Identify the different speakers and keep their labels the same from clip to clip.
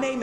Speaker 1: name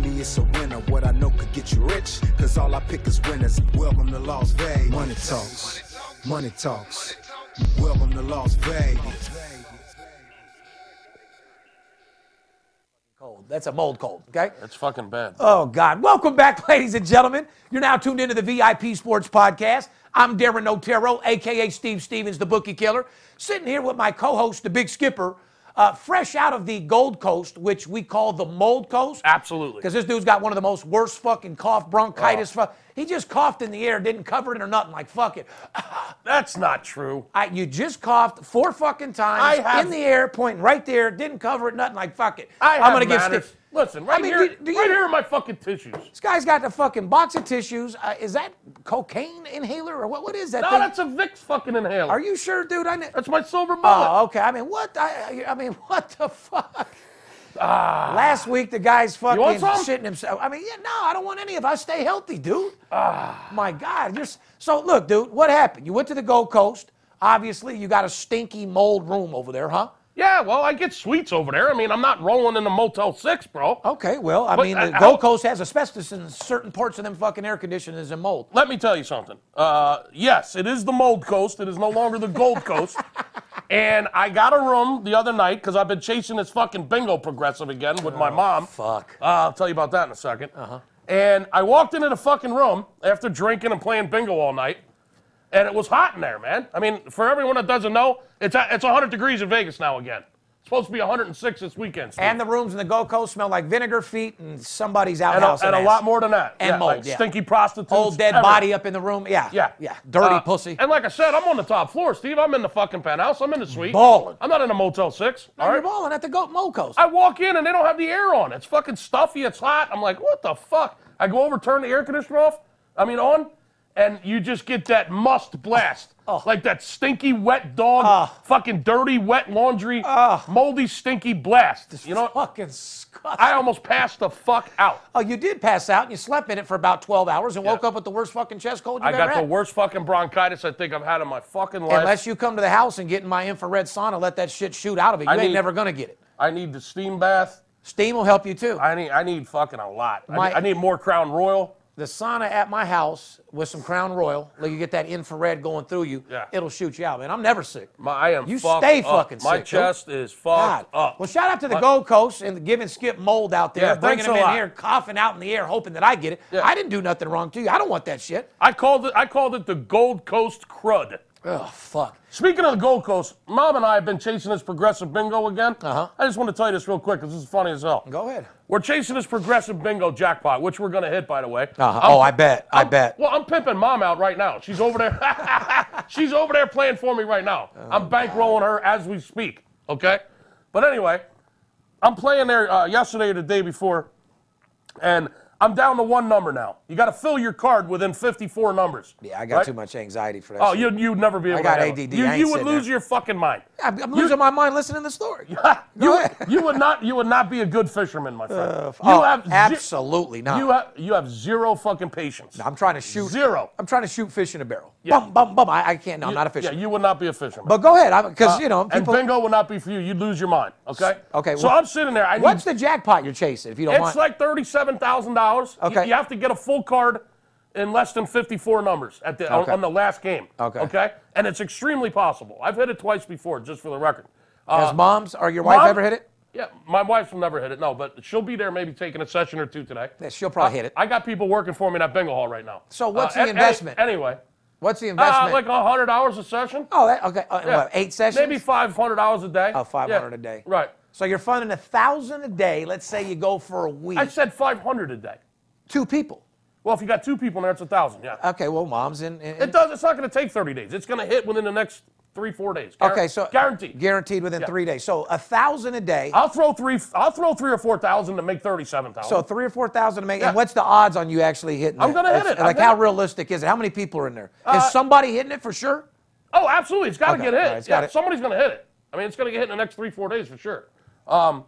Speaker 2: me, it's a winner. What I know could get you rich, cause all I pick is winners. Welcome to Las Vegas. Money talks, money talks. Welcome to Las Vegas.
Speaker 3: Cold. That's a mold cold, okay?
Speaker 4: That's fucking bad.
Speaker 3: Oh, God. Welcome back, ladies and gentlemen. You're now tuned into the VIP Sports Podcast. I'm Darren Otero, a.k.a. Steve Stevens, the bookie killer, sitting here with my co host, the big skipper, uh, fresh out of the Gold Coast, which we call the Mold Coast.
Speaker 4: Absolutely. Oh.
Speaker 3: Because this dude's got one of the most worst fucking cough, bronchitis. Fu- he just coughed in the air, didn't cover it or nothing. Like, fuck it.
Speaker 4: That's not true.
Speaker 3: I, you just coughed four fucking
Speaker 4: I
Speaker 3: times
Speaker 4: have-
Speaker 3: in the air, pointing right there, didn't cover it, nothing. Like, fuck it.
Speaker 4: I
Speaker 3: am
Speaker 4: have
Speaker 3: gonna give
Speaker 4: manners.
Speaker 3: Steve-
Speaker 4: Listen, right
Speaker 3: I mean,
Speaker 4: here,
Speaker 3: do- do you-
Speaker 4: right here are my fucking tissues.
Speaker 3: This guy's got the fucking box of tissues. Uh, is that cocaine inhaler or what? What is that?
Speaker 4: No,
Speaker 3: thing?
Speaker 4: that's a Vicks fucking inhaler.
Speaker 3: Are you sure, dude? I. Kn-
Speaker 4: That's my silver bullet.
Speaker 3: oh, okay. I mean, what? I, I mean, what the fuck? Last week the guy's fucking
Speaker 4: Ah. want some?
Speaker 3: shitting himself. I mean, yeah, no, I don't want any of. it. I stay healthy, dude.
Speaker 4: Ah.
Speaker 3: My God, you're s- so look, dude. What happened? You went to the Gold Coast. Obviously, you got a stinky mold room over there, huh?
Speaker 4: yeah, well, I get suites over there. I mean, I'm not rolling in the Motel 6, bro.
Speaker 3: Okay, well, I
Speaker 4: But,
Speaker 3: mean,
Speaker 4: uh,
Speaker 3: the
Speaker 4: how-
Speaker 3: Gold Coast has asbestos in certain parts of them fucking air conditioners and mold.
Speaker 4: Let me tell you something. Uh, yes, it is the Mold Coast. It is no longer the Gold Coast. And I got a room the other night because I've been chasing this fucking bingo progressive again with my mom.
Speaker 3: fuck.
Speaker 4: Uh, I'll tell you about that in a second. Uh-huh. And I walked into the fucking room after drinking and playing bingo all night, and it was hot in there, man. I mean, for everyone that doesn't know, it's it's 100 degrees in Vegas now again. It's supposed to be 106 this weekend. Steve.
Speaker 3: And the rooms in the Gold Coast smell like vinegar feet and somebody's
Speaker 4: and, a,
Speaker 3: outhouse.
Speaker 4: and a
Speaker 3: ass.
Speaker 4: lot more than that.
Speaker 3: And
Speaker 4: yeah,
Speaker 3: mold,
Speaker 4: like
Speaker 3: yeah.
Speaker 4: stinky prostitutes.
Speaker 3: Old dead
Speaker 4: everything.
Speaker 3: body up in the room. Yeah.
Speaker 4: Yeah.
Speaker 3: Yeah. Dirty
Speaker 4: Uh,
Speaker 3: pussy.
Speaker 4: And like I said, I'm on the top floor, Steve. I'm in the fucking penthouse. I'm in the suite.
Speaker 3: Ballin'.
Speaker 4: I'm not in a Motel 6.
Speaker 3: Now
Speaker 4: all
Speaker 3: You're
Speaker 4: right?
Speaker 3: balling at the Gold Mold Coast.
Speaker 4: I walk in and they don't have the air on. It's fucking stuffy. It's hot. I'm like, what the fuck? I go over, turn the air conditioner off. I mean, on. And you just get that must blast.
Speaker 3: Oh.
Speaker 4: Like that stinky, wet dog,
Speaker 3: Ah.
Speaker 4: fucking dirty, wet laundry, moldy, stinky blast. You know,
Speaker 3: fucking scut.
Speaker 4: I almost passed the fuck out.
Speaker 3: oh, you did pass out and you slept in it for about 12 hours and woke
Speaker 4: Yeah.
Speaker 3: up with the worst fucking chest cold you've
Speaker 4: I got
Speaker 3: ever
Speaker 4: the
Speaker 3: had.
Speaker 4: worst fucking bronchitis I think I've had in my fucking life.
Speaker 3: Unless you come to the house and get in my infrared sauna, let that shit shoot out of it. You
Speaker 4: I
Speaker 3: ain't
Speaker 4: need-
Speaker 3: never going to get it.
Speaker 4: I need the steam bath.
Speaker 3: Steam will help you too.
Speaker 4: I need I need fucking a lot. I
Speaker 3: My-
Speaker 4: need- I, need more Crown Royal.
Speaker 3: the sauna at my house with some Crown Royal, like you get that infrared going through you,
Speaker 4: Yeah.
Speaker 3: it'll shoot you out, man. I'm never sick.
Speaker 4: My I am
Speaker 3: You
Speaker 4: fucked
Speaker 3: stay
Speaker 4: up.
Speaker 3: fucking
Speaker 4: My
Speaker 3: sick, dude.
Speaker 4: chest is fucked
Speaker 3: God.
Speaker 4: up.
Speaker 3: Well, shout out to the
Speaker 4: My-
Speaker 3: Gold Coast and giving Skip Mold out there,
Speaker 4: Yeah,
Speaker 3: bringing
Speaker 4: thanks
Speaker 3: him
Speaker 4: a
Speaker 3: in
Speaker 4: lot.
Speaker 3: here, coughing out in the air, hoping that I get it.
Speaker 4: Yeah.
Speaker 3: I didn't do nothing wrong to you. I don't want that shit.
Speaker 4: I called it I called it the Gold Coast crud.
Speaker 3: Oh fuck.
Speaker 4: Speaking of the Gold Coast, Mom and I have been chasing this progressive bingo again.
Speaker 3: Uh-huh.
Speaker 4: I just want to tell you this real quick because this is funny as hell.
Speaker 3: Go ahead.
Speaker 4: We're chasing this progressive bingo jackpot, which we're gonna hit, by the way. Um,
Speaker 3: Uh-huh.
Speaker 4: I'm-
Speaker 3: Oh, I bet. I
Speaker 4: I'm-
Speaker 3: bet.
Speaker 4: Well, I'm pimping mom out right now. She's over there. She's over there playing for me right now.
Speaker 3: Oh,
Speaker 4: I'm bankrolling her as we speak. Okay. But anyway, I'm playing there uh, yesterday or the day before, and I'm down to one number now. You got to fill your card within 54 numbers.
Speaker 3: Yeah, I got
Speaker 4: right?
Speaker 3: too much anxiety for that.
Speaker 4: Oh,
Speaker 3: shit.
Speaker 4: you'd, you'd never be able
Speaker 3: I got
Speaker 4: to. handle it.
Speaker 3: ADD.
Speaker 4: You,
Speaker 3: I ain't
Speaker 4: you would
Speaker 3: sitting
Speaker 4: lose
Speaker 3: there.
Speaker 4: your fucking mind.
Speaker 3: I'm, I'm losing my mind listening to the story.
Speaker 4: you,
Speaker 3: ahead.
Speaker 4: you would not. You would not be a good fisherman, my friend. you
Speaker 3: oh,
Speaker 4: have ze-
Speaker 3: absolutely not.
Speaker 4: You have you have zero fucking patience.
Speaker 3: I'm trying to shoot
Speaker 4: Zero.
Speaker 3: I'm trying to shoot fish in a barrel. Bum bum bum. I, I can't. No, I'm not a
Speaker 4: Yeah,
Speaker 3: fisherman.
Speaker 4: you would not be a fisherman.
Speaker 3: but go ahead, because you know
Speaker 4: and
Speaker 3: people.
Speaker 4: bingo would not be for you. You'd lose your mind. Okay.
Speaker 3: okay,
Speaker 4: So
Speaker 3: well-
Speaker 4: I'm sitting there. I
Speaker 3: What's
Speaker 4: need,
Speaker 3: the jackpot you're chasing? If you don't
Speaker 4: It's
Speaker 3: mind.
Speaker 4: like thirty-seven thousand dollars.
Speaker 3: Okay.
Speaker 4: You, have to get a full card in less than fifty-four numbers at the on-
Speaker 3: Okay.
Speaker 4: on, the last game.
Speaker 3: Okay.
Speaker 4: Okay. And it's extremely possible. I've hit it twice before, just for the record.
Speaker 3: Has mom's or your wife
Speaker 4: Mom-
Speaker 3: ever hit it?
Speaker 4: Yeah, my wife will never hit it. No, but she'll be there, maybe taking a session or two today.
Speaker 3: Yeah, she'll probably hit it.
Speaker 4: I got people working for me in that bingo hall right now.
Speaker 3: So what's the
Speaker 4: an-
Speaker 3: investment?
Speaker 4: any- anyway,
Speaker 3: What's the
Speaker 4: uh,
Speaker 3: investment?
Speaker 4: like hundred hours a session.
Speaker 3: oh, that, okay. Uh,
Speaker 4: Yeah.
Speaker 3: what, eight sessions.
Speaker 4: Maybe five hundred hours a day.
Speaker 3: Oh, 500
Speaker 4: Yeah,
Speaker 3: a day.
Speaker 4: Right.
Speaker 3: So you're funding a thousand a day. Let's say you go for a week.
Speaker 4: I said five hundred a day.
Speaker 3: two people.
Speaker 4: Well, if you
Speaker 3: Uh,
Speaker 4: got two people in there, it's a thousand. Yeah.
Speaker 3: Okay. Well, mom's in. in-
Speaker 4: It does. It's not going to take 30 days. It's going to hit within the next three, four days. Guar-
Speaker 3: Okay, so
Speaker 4: guaranteed.
Speaker 3: guaranteed within
Speaker 4: Yeah. Uh-huh.
Speaker 3: three days. So a thousand a day.
Speaker 4: I'll throw three. I'll throw three or four thousand to make thirty-seven thousand.
Speaker 3: so three or four thousand to make.
Speaker 4: Yeah.
Speaker 3: And what's the odds on you actually hitting?
Speaker 4: I'm gonna hit
Speaker 3: That's-
Speaker 4: it. Uh, I'm
Speaker 3: Like how
Speaker 4: gonna-
Speaker 3: realistic is it? How many people are in there? Is somebody hitting it for sure?
Speaker 4: Oh, absolutely. It's got to
Speaker 3: Okay,
Speaker 4: get hit.
Speaker 3: all right, it's
Speaker 4: yeah,
Speaker 3: got it.
Speaker 4: somebody's going to hit it. I mean, it's going to get hit in the next three, four days for sure. Um,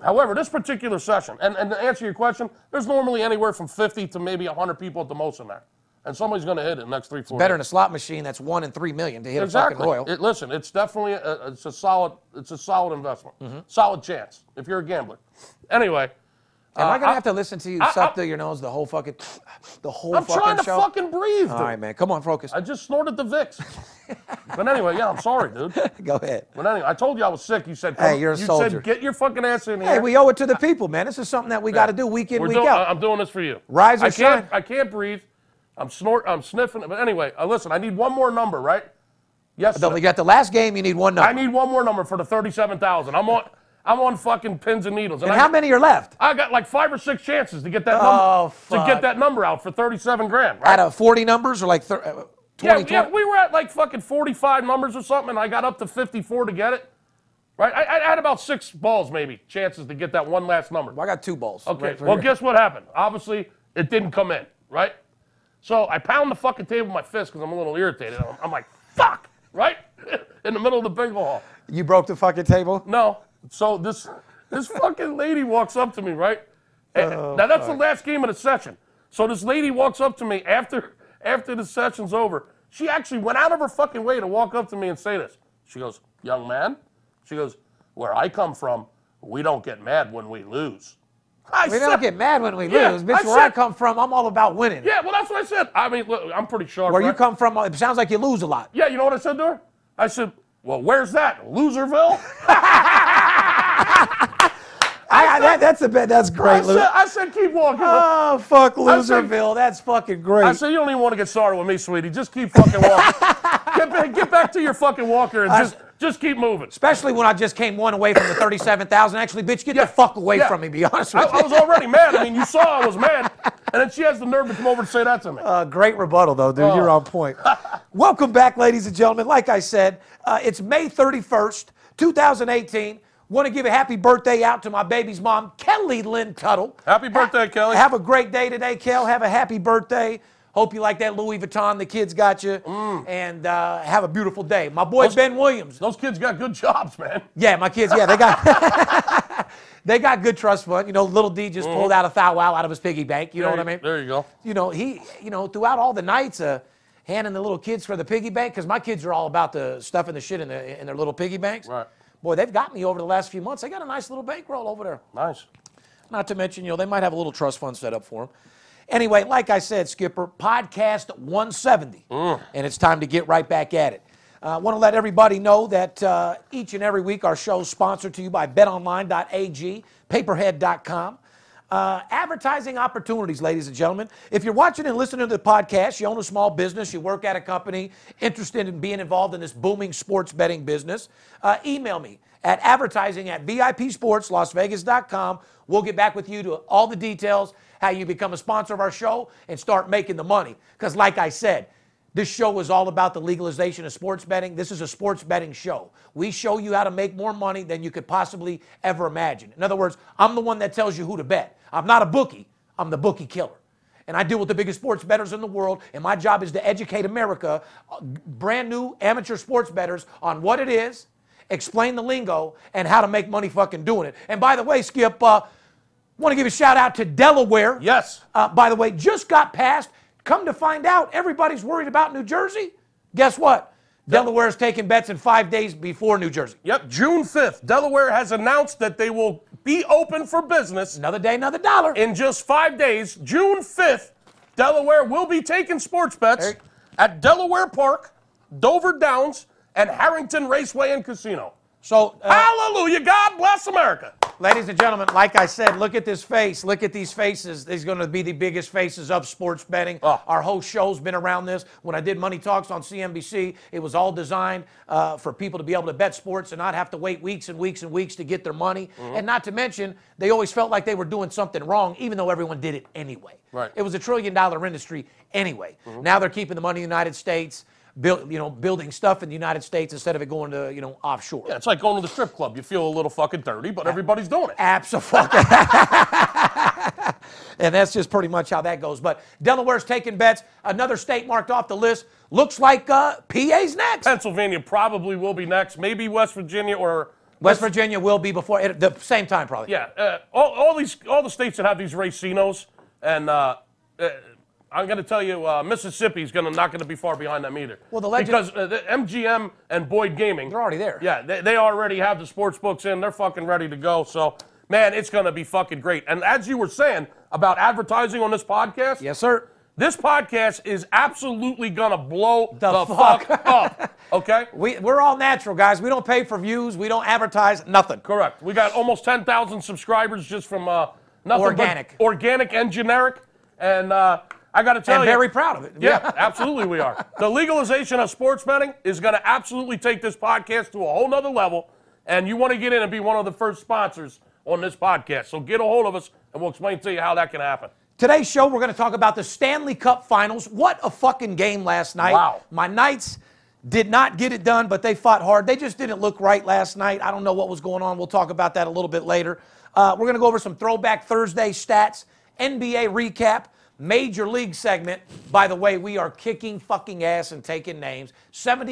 Speaker 4: however, this particular session, and, and to answer your question, there's normally anywhere from 50 to maybe 100 people at the most in there. And somebody's going to hit it in the next three, four
Speaker 3: Better than
Speaker 4: days.
Speaker 3: a slot machine that's one in three million to hit a
Speaker 4: Exactly.
Speaker 3: fucking royal.
Speaker 4: It, listen, it's definitely a, it's a solid it's a solid investment, solid chance if you're a gambler. Anyway,
Speaker 3: Am I gonna have to listen to you
Speaker 4: uh, I-
Speaker 3: suck
Speaker 4: I-
Speaker 3: through your nose the whole fucking, the whole
Speaker 4: I'm
Speaker 3: fucking
Speaker 4: trying to
Speaker 3: show?
Speaker 4: fucking breathe. Dude.
Speaker 3: All right, man. Come on, focus.
Speaker 4: I just snorted the Vicks. but anyway, yeah, I'm sorry, dude.
Speaker 3: Go ahead.
Speaker 4: But anyway, I told you I was sick. You said,
Speaker 3: Hey, you're a
Speaker 4: you
Speaker 3: soldier.
Speaker 4: said, get your fucking ass in here.
Speaker 3: Hey, we owe it to the people, man. This is something that we got to do week in,
Speaker 4: Uh, We're
Speaker 3: week
Speaker 4: doing- uh, um,
Speaker 3: out.
Speaker 4: I- I'm doing this for you.
Speaker 3: Rise or
Speaker 4: I can't,
Speaker 3: shine.
Speaker 4: I can't breathe. I'm snort. I'm sniffing. But anyway, uh, listen. I need one more number, right? Yes.
Speaker 3: So
Speaker 4: sir.
Speaker 3: you got the last game. You need one number.
Speaker 4: I need one more number for the thirty-seven thousand. I'm on. I'm on fucking pins and needles.
Speaker 3: and
Speaker 4: I,
Speaker 3: how many are left?
Speaker 4: I got like five or six chances to get that
Speaker 3: Oh,
Speaker 4: number to
Speaker 3: fuck.
Speaker 4: get that number out for thirty-seven grand.
Speaker 3: Out
Speaker 4: Right?
Speaker 3: of 40 numbers or like thir- uh, 20?
Speaker 4: yeah, yeah, we were at like fucking forty-five numbers or something. And I got up to fifty-four to get it. Right? I, I had about six balls maybe chances to get that one last number.
Speaker 3: I got two balls.
Speaker 4: Okay.
Speaker 3: Right for
Speaker 4: well,
Speaker 3: here.
Speaker 4: guess what happened? Obviously, it didn't come in, right? So I pound the fucking table with my fist because I'm a little irritated. I'm, I'm like, fuck, right? in the middle of the bingo hall.
Speaker 3: you broke the fucking table.
Speaker 4: No. So this this fucking lady walks up to me, right? And-
Speaker 3: Oh,
Speaker 4: now that's the last game of the session. So this lady walks up to me after after the session's over. She actually went out of her fucking way to walk up to me and say this. She goes, "Young man," she goes, "Where I come from, we don't get mad when we lose." I
Speaker 3: We don't
Speaker 4: said-
Speaker 3: get mad when we
Speaker 4: Yeah,
Speaker 3: lose, bitch.
Speaker 4: I
Speaker 3: where I
Speaker 4: said-
Speaker 3: come from, I'm all about winning.
Speaker 4: Yeah, well, that's what I said. I mean, look, I'm pretty sharp.
Speaker 3: Where you
Speaker 4: right?
Speaker 3: come from, uh, it sounds like you lose a lot.
Speaker 4: Yeah, you know what I said to her? I said, "Well, where's that, Loserville?"
Speaker 3: I, I, that, that's a bit. That's
Speaker 4: I
Speaker 3: great,
Speaker 4: said,
Speaker 3: Lou.
Speaker 4: I said, "Keep walking."
Speaker 3: Oh fuck,
Speaker 4: said-
Speaker 3: Loserville. That's fucking great.
Speaker 4: I said, "You don't even want to get started with me, sweetie. Just keep fucking walking. get, back, get back to your fucking walker and
Speaker 3: I
Speaker 4: just
Speaker 3: s-
Speaker 4: just keep moving."
Speaker 3: Especially when I just came one away from the 37,000. Actually, bitch, get
Speaker 4: Yeah,
Speaker 3: the fuck away
Speaker 4: yeah.
Speaker 3: from me. Be honest
Speaker 4: I,
Speaker 3: with you.
Speaker 4: I was already mad. I mean, you saw I was mad, and then she has the nerve to come over and say that to me.
Speaker 3: Uh, great rebuttal, though, dude. You're
Speaker 4: Oh.
Speaker 3: on point. Welcome back, ladies and gentlemen. Like I said, uh, it's May 31st, 2018. Want to give a happy birthday out to my baby's mom, Kelly Lynn Cuddle.
Speaker 4: Happy birthday, Kelly.
Speaker 3: Have a great day today, Kel. Have a happy birthday. Hope you like that Louis Vuitton. The kids got you. And uh, have a beautiful day. My boy, Ben Williams.
Speaker 4: Mm. Those kids got good jobs, man.
Speaker 3: Yeah, my kids. Yeah, they got they got good trust fund. You know, little D just pulled out a thou wow out of his piggy bank. You know
Speaker 4: Mm-hmm. There
Speaker 3: what I
Speaker 4: you-
Speaker 3: mean?
Speaker 4: There you go.
Speaker 3: You know, he you know throughout all the nights, uh, handing the little kids for the piggy bank because my kids are all about the stuff and the shit in, the, in their little piggy banks.
Speaker 4: Right.
Speaker 3: Boy, they've got me over the last few months. They got a nice little bankroll over there.
Speaker 4: Nice.
Speaker 3: Not to mention, you know, they might have a little trust fund set up for them. Anyway, like I said, Skipper, podcast 170, and it's time to get right back at it. I want to let everybody know that uh, each and every week our show is sponsored to you by betonline.ag, paperhead.com. Uh, advertising opportunities, ladies and gentlemen. If you're watching and listening to the podcast, you own a small business, you work at a company, interested in being involved in this booming sports betting business, uh, email me at advertising at VIPSportsLasVegas.com. We'll get back with you to all the details, how you become a sponsor of our show and start making the money. Because, like I said, this show is all about the legalization of sports betting. This is a sports betting show. We show you how to make more money than you could possibly ever imagine. In other words, I'm the one that tells you who to bet. I'm not a bookie, I'm the bookie killer. And I deal with the biggest sports bettors in the world, and my job is to educate America, uh, brand new amateur sports bettors, on what it is, explain the lingo, and how to make money fucking doing it. And by the way, Skip, uh, want to give a shout out to Delaware.
Speaker 4: Yes.
Speaker 3: Uh, by the way, just got passed. Come to find out, everybody's worried about New Jersey. Guess what? Delaware's taking bets in five days before New Jersey.
Speaker 4: Yep. June 5th, Delaware has announced that they will be open for business
Speaker 3: Another day, another dollar.
Speaker 4: in just five days, June 5th, Delaware will be taking sports bets
Speaker 3: Hey.
Speaker 4: at Delaware Park, Dover Downs, and Harrington Raceway and Casino.
Speaker 3: So, uh,
Speaker 4: Hallelujah. God bless America.
Speaker 3: ladies and gentlemen, like I said, look at this face. Look at these faces. These are going to be the biggest faces of sports betting.
Speaker 4: Oh.
Speaker 3: Our whole show's been around this. When I did Money Talks on CNBC, it was all designed uh, for people to be able to bet sports and not have to wait weeks and weeks and weeks to get their money.
Speaker 4: Mm-hmm.
Speaker 3: And not to mention, they always felt like they were doing something wrong, even though everyone did it anyway.
Speaker 4: Right. Mm-hmm.
Speaker 3: It was a trillion dollar industry anyway. Now they're keeping the money in the United States. build, you know, building stuff in the United States instead of it going to, you know, offshore.
Speaker 4: Yeah, it's like going to the strip club. You feel a little fucking dirty, but everybody's doing it.
Speaker 3: Absolutely. and that's just pretty much how that goes. But Delaware's taking bets. Another state marked off the list. Looks like uh, PA's next.
Speaker 4: Pennsylvania probably will be next. Maybe West Virginia or
Speaker 3: West Virginia will be before at the same time probably.
Speaker 4: yeah. Uh, all, all these all the states that have these racinos, and uh, uh, I'm going to tell you, uh, Mississippi's going to not going to be far behind them either.
Speaker 3: Well, the legend-
Speaker 4: because uh, the MGM and Boyd Gaming,
Speaker 3: They're already there.
Speaker 4: Yeah, they, they already have the sports books in. They're fucking ready to go. So, man, it's going to be fucking great. And as you were saying about advertising on this podcast,
Speaker 3: Yes, sir.
Speaker 4: This podcast is absolutely gonna blow
Speaker 3: The
Speaker 4: the,
Speaker 3: fuck.
Speaker 4: fuck. up. Okay?
Speaker 3: We, we're all natural, guys. We don't pay for views. We don't advertise nothing.
Speaker 4: Correct. We got almost 10,000 subscribers just from uh, nothing
Speaker 3: Organic.
Speaker 4: but organic and generic. And uh, I gotta tell
Speaker 3: And
Speaker 4: you,
Speaker 3: very proud of it.
Speaker 4: Yeah, absolutely we are. The legalization of sports betting is going to absolutely take this podcast to a whole nother level, and you want to get in and be one of the first sponsors on this podcast. So get a hold of us, and we'll explain to you how that can happen.
Speaker 3: Today's show, we're going to talk about the Stanley Cup Finals. What a fucking game last night.
Speaker 4: Wow.
Speaker 3: My Knights did not get it done, but they fought hard. They just didn't look right last night. I don't know what was going on. We'll talk about that a little bit later. Uh, we're going to go over some Throwback Thursday stats, NBA recap, Major League segment. By the way, we are kicking fucking ass and taking names.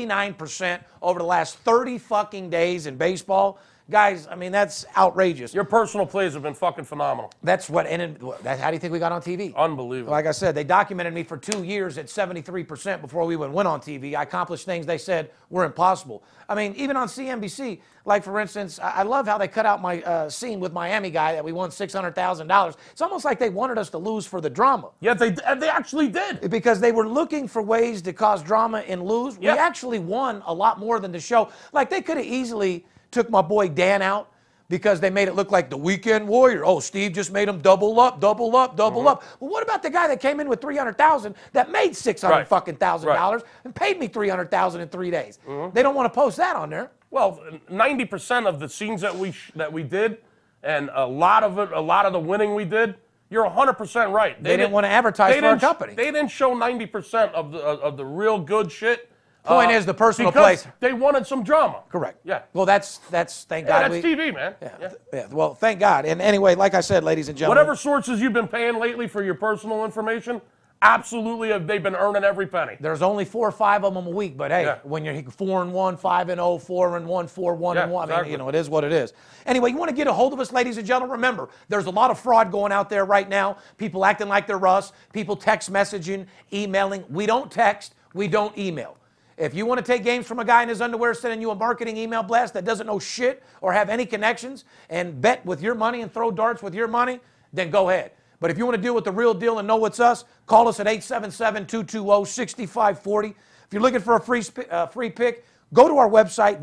Speaker 3: 79% over the last 30 fucking days in baseball. Guys, I mean, that's outrageous.
Speaker 4: Your personal plays have been fucking phenomenal.
Speaker 3: That's what, and in, that, how do you think we got on TV?
Speaker 4: Unbelievable.
Speaker 3: Like I said, they documented me for two years at 73% before we even went on TV. I accomplished things they said were impossible. I mean, even on CNBC, like for instance, I I love how they cut out my uh, scene with Miami guy that we won $600,000. It's almost like they wanted us to lose for the drama
Speaker 4: yeah, they, they actually did.
Speaker 3: because they were looking for ways to cause drama and lose.
Speaker 4: Yeah.
Speaker 3: We actually won a lot more than the show. Like they could have easily took my boy Dan out because they made it look like the weekend warrior. Oh, Steve just made him double up, double up,
Speaker 4: Mm-hmm.
Speaker 3: double up. Well, what about the guy that came in with 300,000 that made 600
Speaker 4: Right.
Speaker 3: fucking thousand
Speaker 4: Right. Mm-hmm.
Speaker 3: dollars and paid me 300,000 in 3 days? They don't want to post that on there.
Speaker 4: Well, 90% of the scenes that we sh- that we did, and a lot of it, a lot of the winning we did. You're 100% right.
Speaker 3: They didn't wanna advertise
Speaker 4: they
Speaker 3: for our
Speaker 4: didn't sh-
Speaker 3: company.
Speaker 4: They didn't show 90% of the of of the real good shit. uh,
Speaker 3: Point is the personal
Speaker 4: because
Speaker 3: place.
Speaker 4: They wanted some drama.
Speaker 3: Correct.
Speaker 4: Yeah.
Speaker 3: Well, that's that's thank
Speaker 4: Yeah,
Speaker 3: God
Speaker 4: that's
Speaker 3: we
Speaker 4: TV, man. Yeah.
Speaker 3: yeah, well, thank God. And anyway, like I said, ladies and gentlemen,
Speaker 4: Whatever sources you've been paying lately for your personal information, absolutely have they been earning every penny.
Speaker 3: There's only four or five of them a week, but hey,
Speaker 4: Yeah.
Speaker 3: when you're four and one, five and oh, four and one, four one and
Speaker 4: Yeah,
Speaker 3: one, I mean,
Speaker 4: exactly.
Speaker 3: you know, it is what it is. Anyway, you want to get a hold of us, ladies and gentlemen. Remember, there's a lot of fraud going out there right now. People acting like they're us. People text messaging, emailing. We don't text. We don't email. If you want to take games from a guy in his underwear sending you a marketing email blast that doesn't know shit or have any connections and bet with your money and throw darts with your money, then go ahead. But if you want to deal with the real deal and know what's us, call us at 877 220 6540. If you're looking for a free, sp- uh, free pick, go to our website,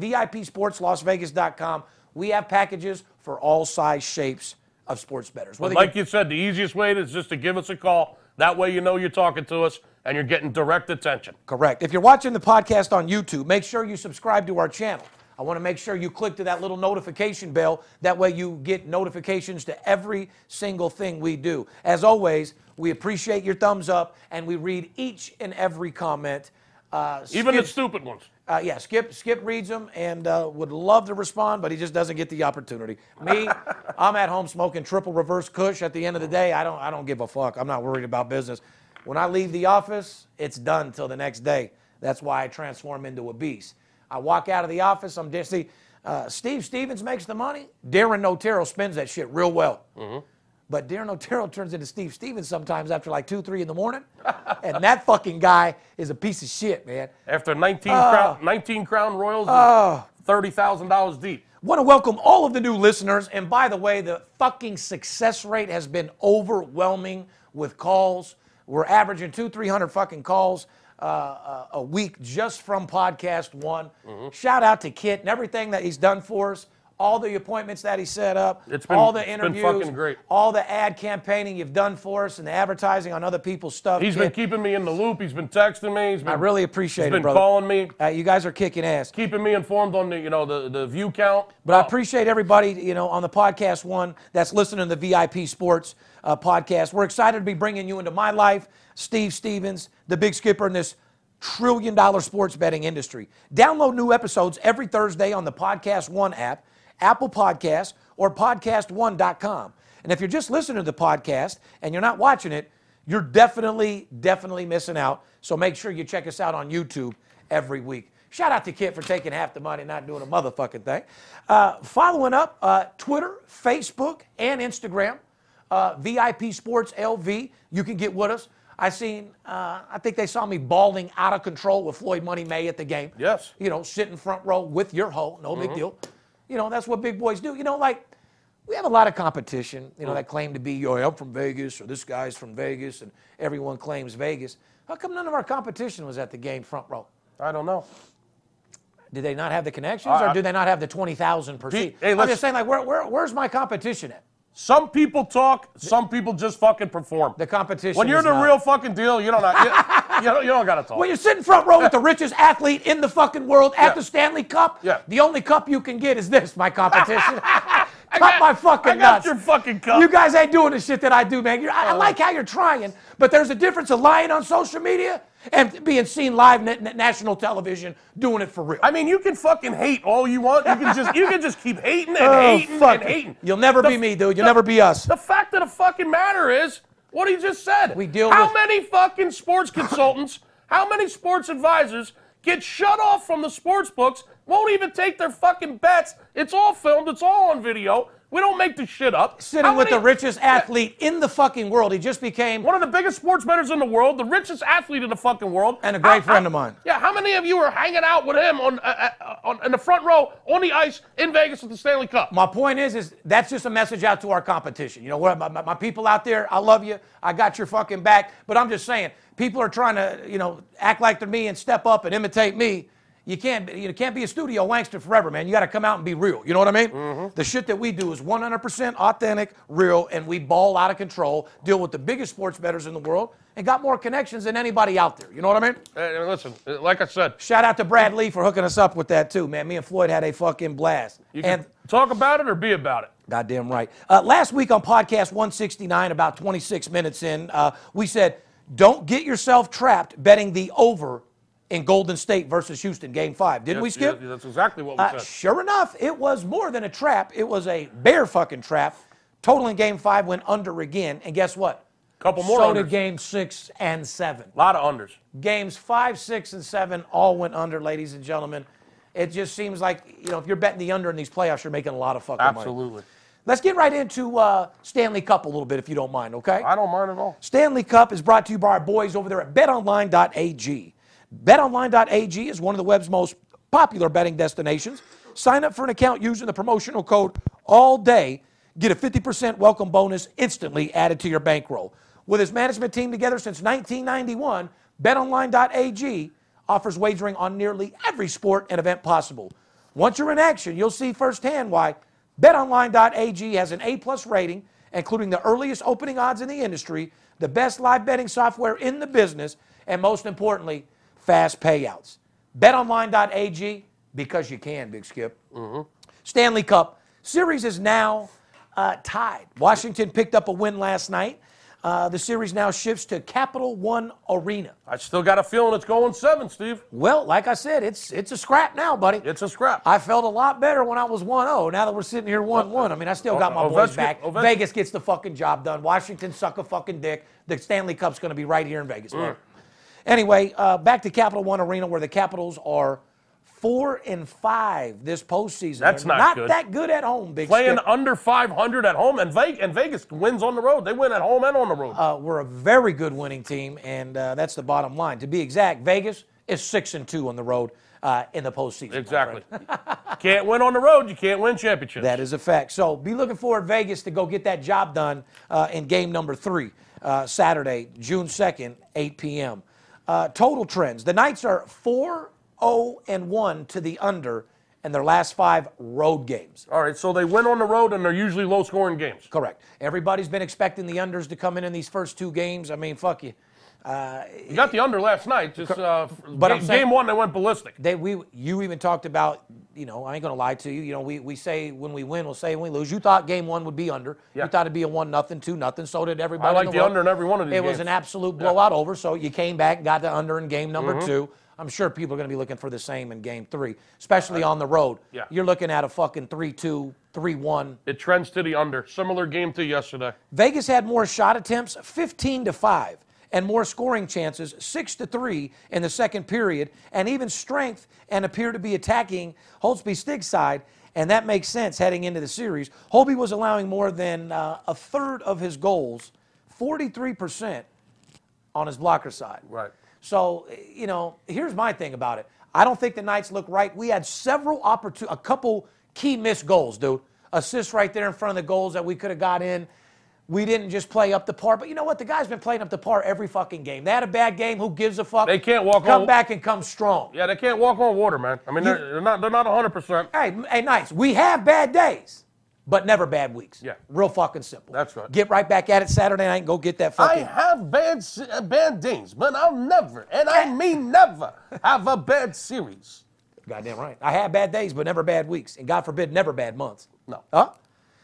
Speaker 3: VIPSportsLasVegas.com. We have packages for all size, shapes of sports bettors. Whether
Speaker 4: Like you said, the easiest way is just to give us a call. That way you know you're talking to us and you're getting direct attention.
Speaker 3: Correct. If you're watching the podcast on YouTube, make sure you subscribe to our channel. I want to make sure you click to that little notification bell. That way you get notifications to every single thing we do. As always, we appreciate your thumbs up and we read each and every comment. Uh,
Speaker 4: Even
Speaker 3: Skip,
Speaker 4: the stupid ones.
Speaker 3: uh, yeah, Skip Skip reads them and uh, would love to respond, but he just doesn't get the opportunity. Me, I'm at home smoking triple reverse Kush. At the end of the day, I don't I don't give a fuck. I'm not worried about business. When I leave the office, it's done till the next day. That's why I transform into a beast. I walk out of the office. I'm just see. Uh, Steve Stevens makes the money. Darren Otero spends that shit real well. But Darren Otero turns into Steve Stevens sometimes after like two, three in the morning, and that fucking guy is a piece of shit, man.
Speaker 4: After 19,
Speaker 3: Ah.
Speaker 4: crown, 19 crown royals, and $30,000 deep.
Speaker 3: Want to welcome all of the new listeners. And by the way, the fucking success rate has been overwhelming with calls. We're averaging two, three hundred fucking calls uh, uh, a week just from podcast one.
Speaker 4: Mm-hmm.
Speaker 3: Shout out to Kit and everything that he's done for us. All the appointments that he set up,
Speaker 4: It's been-
Speaker 3: all the
Speaker 4: it's been
Speaker 3: interviews,
Speaker 4: fucking great.
Speaker 3: all the ad campaigning you've done for us, and the advertising on other people's stuff.
Speaker 4: He's
Speaker 3: Kit.
Speaker 4: been keeping me in the loop. He's been texting me. He's been,
Speaker 3: I really appreciate
Speaker 4: he's
Speaker 3: it,
Speaker 4: been
Speaker 3: brother.
Speaker 4: calling me,
Speaker 3: Uh, you guys are kicking ass.
Speaker 4: keeping me informed on the, you know, the, the view count.
Speaker 3: But I appreciate everybody, you know, on the podcast one that's listening to the VIP Sports uh, podcast. We're excited to be bringing you into my life, Steve Stevens, the Big Skipper, and this trillion dollar sports betting industry. Download new episodes every Thursday on the Podcast One app, Apple Podcasts, or podcast1.com. And if you're just listening to the podcast and you're not watching it, you're definitely, definitely missing out. So make sure you check us out on YouTube every week. Shout out to Kit for taking half the money and not doing a motherfucking thing. Uh, following up, uh, Twitter, Facebook, and Instagram, uh, VIP Sports LV. You can get with us. I seen, uh, I think they saw me balding out of control with Floyd Money May at the game.
Speaker 4: Yes.
Speaker 3: You know, sitting front row with your hoe, no
Speaker 4: Mm-hmm.
Speaker 3: big deal. You know, that's what big boys do. You know, like, we have a lot of competition, you know,
Speaker 4: Mm.
Speaker 3: that claim to be, yo, I'm from Vegas, or this guy's from Vegas, and everyone claims Vegas. How come none of our competition was at the game front row?
Speaker 4: I don't know.
Speaker 3: Did they not have the connections,
Speaker 4: I-
Speaker 3: or do they not have the twenty thousand per
Speaker 4: Pe-
Speaker 3: seat?
Speaker 4: Uh, hey,
Speaker 3: I'm
Speaker 4: let's-
Speaker 3: just saying, like, where, where, where's my competition at?
Speaker 4: Some people talk, some people just fucking perform.
Speaker 3: The competition.
Speaker 4: when you're
Speaker 3: is
Speaker 4: the
Speaker 3: not-
Speaker 4: real fucking deal, you don't know. You, you don't, you don't gotta talk.
Speaker 3: When you're sitting front row with the richest athlete in the fucking world at
Speaker 4: Yeah.
Speaker 3: the Stanley Cup,
Speaker 4: Yeah.
Speaker 3: the only cup you can get is this, my competition. Cut my fucking
Speaker 4: I got
Speaker 3: nuts.
Speaker 4: your fucking cup. Oh.
Speaker 3: You guys ain't doing the shit that I do, man. You're, I, I like how you're trying, but there's a difference of lying on social media and being seen live na- na- national television doing it for real.
Speaker 4: I mean, you can fucking hate all you want. You can just you can just keep hating and
Speaker 3: Oh,
Speaker 4: hating
Speaker 3: fuck
Speaker 4: and
Speaker 3: it.
Speaker 4: hating.
Speaker 3: You'll never
Speaker 4: The-
Speaker 3: be me, dude. You'll
Speaker 4: the-
Speaker 3: never be us.
Speaker 4: The fact of the fucking matter is what he just said.
Speaker 3: We deal
Speaker 4: How
Speaker 3: with-
Speaker 4: many fucking sports consultants? how many sports advisors get shut off from the sports books? Won't even take their fucking bets. It's all filmed. It's all on video. We don't make this shit up.
Speaker 3: Sitting
Speaker 4: How
Speaker 3: with
Speaker 4: many-
Speaker 3: the richest athlete in the fucking world. He just became
Speaker 4: One of the biggest sports bettors in the world, the richest athlete in the fucking world,
Speaker 3: And a great
Speaker 4: How-
Speaker 3: friend
Speaker 4: how-
Speaker 3: of mine.
Speaker 4: Yeah, how many of you are hanging out with him on, uh, uh, on in the front row on the ice in Vegas at the Stanley Cup?
Speaker 3: My point is, is that's just a message out to our competition. You know what? My, my- my people out there, I love you. I got your fucking back. But I'm just saying, people are trying to, you know, act like they're me and step up and imitate me. You can't, be- you can't be a studio wankster forever, man. You got to come out and be real. You know what I mean? The shit that we do is 100% authentic, real, and we ball out of control, deal with the biggest sports bettors in the world, and got more connections than anybody out there. You know what I mean?
Speaker 4: Hey, listen, uh, like I said,
Speaker 3: Shout out to Brad Lee for hooking us up with that too, man. Me and Floyd had a fucking blast.
Speaker 4: you can
Speaker 3: and
Speaker 4: talk about it or be about it.
Speaker 3: Goddamn right. Uh, last week on podcast 169, about 26 minutes in, uh, we said, don't get yourself trapped betting the over in Golden State versus Houston, game five. Didn't we,
Speaker 4: Yes,
Speaker 3: Skip?
Speaker 4: yeah, that's exactly what we
Speaker 3: Uh,
Speaker 4: said.
Speaker 3: sure enough, it was more than a trap. It was a bare fucking trap. Total in game five went under again. And guess what?
Speaker 4: Couple more
Speaker 3: So
Speaker 4: unders.
Speaker 3: did game six and seven.
Speaker 4: a lot of unders.
Speaker 3: Games five, six, and seven all went under, ladies and gentlemen. It just seems like, you know, if you're betting the under in these playoffs, you're making a lot of fucking money.
Speaker 4: Absolutely.
Speaker 3: Let's get right into uh, Stanley Cup a little bit, if you don't mind, okay?
Speaker 4: I don't mind at all.
Speaker 3: Stanley Cup is brought to you by our boys over there at betonline.ag. Betonline.ag is one of the web's most popular betting destinations. Sign up for an account using the promotional code all day. Get a 50% welcome bonus instantly added to your bankroll. With his management team together since 1991, betonline.ag offers wagering on nearly every sport and event possible. Once you're in action, you'll see firsthand why BetOnline.ag has an A-plus rating, including the earliest opening odds in the industry, the best live betting software in the business, and most importantly, fast payouts. BetOnline.ag because you can, Big Skip. Stanley Cup series is now uh, tied. Washington picked up a win last night. Uh, the series now shifts to Capital One Arena.
Speaker 4: I still got a feeling it's going seven, Steve.
Speaker 3: Well, like I said, it's it's a scrap now, buddy.
Speaker 4: It's a scrap.
Speaker 3: I felt a lot better when I was 1-0. Now that we're sitting here 1-1, I mean, I still got my boys
Speaker 4: Oh, Ovechkin-
Speaker 3: back.
Speaker 4: Ovechkin-
Speaker 3: Vegas gets the fucking job done. Washington suck a fucking dick. The Stanley Cup's going to be right here in Vegas.
Speaker 4: Mm.
Speaker 3: man. Anyway, uh, back to Capital One Arena where the Capitals are four and five this postseason.
Speaker 4: That's
Speaker 3: They're
Speaker 4: not good.
Speaker 3: that good at home. Big
Speaker 4: Playing
Speaker 3: Skip.
Speaker 4: under 500 at home, and Vegas, and Vegas wins on the road. They win at home and on the road.
Speaker 3: Uh, we're a very good winning team, and uh, that's the bottom line. To be exact, Vegas is six and two on the road uh, in the postseason. my
Speaker 4: exactly. can't win on the road. You can't win championships.
Speaker 3: That is a fact. So be looking forward Vegas to go get that job done uh, in game number three, uh, Saturday, June 2nd, 8 p.m. Uh, total trends. The Knights are 4 0 and 1 to the under in their last five road games.
Speaker 4: All right, so they win on the road, and they're usually low-scoring games.
Speaker 3: Correct. Everybody's been expecting the unders to come in in these first two games. I mean, fuck you.
Speaker 4: You got the under last night. Just uh,
Speaker 3: But I'm
Speaker 4: game,
Speaker 3: saying-
Speaker 4: game one, they went ballistic.
Speaker 3: They we you even talked about you know I ain't gonna lie to you you know we, we say when we win we'll say when we lose you thought game one would be under
Speaker 4: Yeah.
Speaker 3: you thought it'd be a one nothing two nothing so did everybody
Speaker 4: I like
Speaker 3: in
Speaker 4: the
Speaker 3: world.
Speaker 4: under in every one of these
Speaker 3: it was
Speaker 4: games.
Speaker 3: an absolute blowout over so you came back got the under in game
Speaker 4: Mm-hmm.
Speaker 3: number two I'm sure people are gonna be looking for the same in game three especially on the road
Speaker 4: Uh, Yeah.
Speaker 3: you're looking at a fucking three two three one
Speaker 4: It trends to the under. Similar game to yesterday.
Speaker 3: Vegas had more shot attempts, 15 to 5, and more scoring chances, 6 to 3 in the second period, and even strength and appear to be attacking Holtby Stig's side, and that makes sense heading into the series. Holby was allowing more than uh, a third of his goals, 43% on his blocker side.
Speaker 4: Right.
Speaker 3: So, you know, here's my thing about it. I don't think the Knights look right. We had several opportunities, a couple key missed goals, dude. Assists right there in front of the goals that we could have got in. We didn't just play up the par. But you know what? The guy's been playing up the par every fucking game. They had a bad game. Who gives a fuck?
Speaker 4: They can't walk
Speaker 3: Come
Speaker 4: on-
Speaker 3: back and come strong.
Speaker 4: Yeah, they can't walk on water, man. I mean, they're, they're not. They're not 100. percent
Speaker 3: Hey, m- hey, nice. We have bad days, but never bad weeks.
Speaker 4: Yeah.
Speaker 3: Real fucking simple.
Speaker 4: That's right.
Speaker 3: Get right back at it Saturday night and go get that
Speaker 4: I
Speaker 3: fucking.
Speaker 4: have bad s- uh, bad days, but I'll never, and I mean never, have a bad series.
Speaker 3: Goddamn right. I had bad days, but never bad weeks. And God forbid, never bad months.
Speaker 4: No.
Speaker 3: Huh?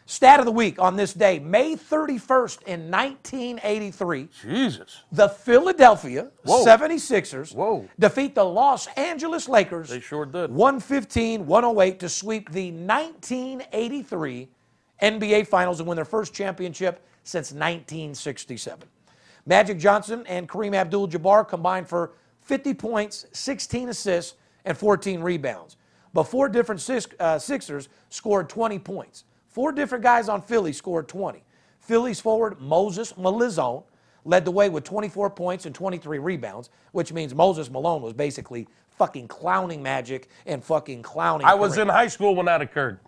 Speaker 3: Stat of the week on this day, May 31st in 1983,
Speaker 4: Jesus.
Speaker 3: the Philadelphia
Speaker 4: Whoa.
Speaker 3: 76ers
Speaker 4: Whoa.
Speaker 3: defeat the Los Angeles Lakers
Speaker 4: They sure did.
Speaker 3: 115 108 to sweep the 1983 NBA Finals and win their first championship since 1967. Magic Johnson and Kareem Abdul Jabbar combined for 50 points, 16 assists, and 14 rebounds. But four different sis- uh, Sixers scored 20 points. Four different guys on Philly scored 20. Phillies forward Moses Malizone led the way with 24 points and 23 rebounds, which means Moses Malone was basically fucking clowning Magic and fucking clowning.
Speaker 4: I was
Speaker 3: Kareem.
Speaker 4: in high school when that occurred.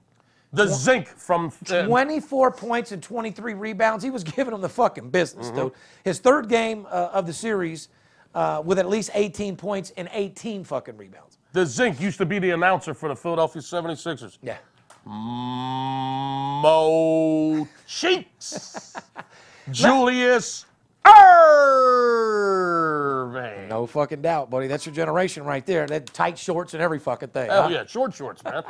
Speaker 4: The zinc from uh,
Speaker 3: 24 points and 23 rebounds. He was giving them the fucking business,
Speaker 4: Mm-hmm.
Speaker 3: dude. His third game uh, of the series uh, with at least 18 points and 18 fucking rebounds.
Speaker 4: the zinc used to be the announcer for the Philadelphia 76ers.
Speaker 3: Yeah.
Speaker 4: Mo Cheeks. Julius Irving.
Speaker 3: No fucking doubt, buddy. That's your generation right there. That tight shorts and every fucking thing. huh?
Speaker 4: Hell yeah, short shorts, man.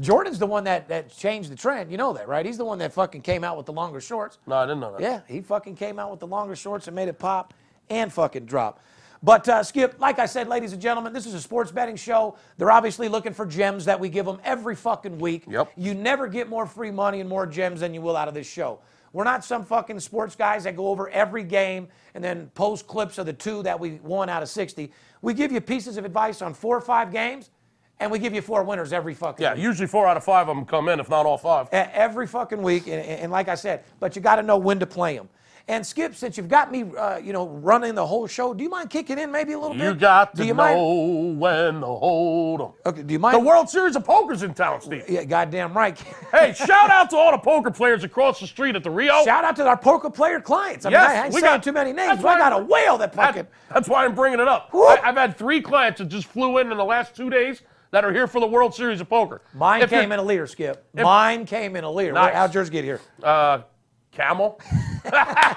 Speaker 3: Jordan's the one that, that changed the trend. You know that, right? He's the one that fucking came out with the longer shorts.
Speaker 4: no, I didn't know that.
Speaker 3: Yeah, he fucking came out with the longer shorts and made it pop and fucking drop. But uh, Skip, like I said, ladies and gentlemen, this is a sports betting show. They're obviously looking for gems that we give them every fucking week.
Speaker 4: Yep.
Speaker 3: You never get more free money and more gems than you will out of this show. We're not some fucking sports guys that go over every game and then post clips of the two that we won out of 60. We give you pieces of advice on four or five games, and we give you four winners every fucking
Speaker 4: Yeah,
Speaker 3: week.
Speaker 4: usually four out of five of them come in, if not all five.
Speaker 3: E- every fucking week. And, and- and like I said, but you got to know when to play them. And Skip, since you've got me, uh, you know, running the whole show, do you mind kicking in maybe a little bit?
Speaker 4: You got
Speaker 3: do
Speaker 4: to
Speaker 3: you Mind?
Speaker 4: know when to hold 'em.
Speaker 3: Okay, do you mind?
Speaker 4: The World Series of Poker's in town, Steve.
Speaker 3: Yeah, goddamn right.
Speaker 4: Hey, shout out to all the poker players across the street at the Rio.
Speaker 3: Shout out to our poker player clients. I
Speaker 4: Yes,
Speaker 3: mean, I ain't
Speaker 4: we
Speaker 3: saying
Speaker 4: got-
Speaker 3: too many names,
Speaker 4: that's
Speaker 3: but I
Speaker 4: why-
Speaker 3: got a whale that fucking.
Speaker 4: That- that's why I'm bringing it up.
Speaker 3: Woo!
Speaker 4: I, have had three clients that just flew in in the last two days that are here for the World Series of Poker.
Speaker 3: Mine
Speaker 4: If you're-
Speaker 3: came in a leer, Skip. Mine came in a leer.
Speaker 4: Nice.
Speaker 3: How'd yours get here?
Speaker 4: Uh, camel.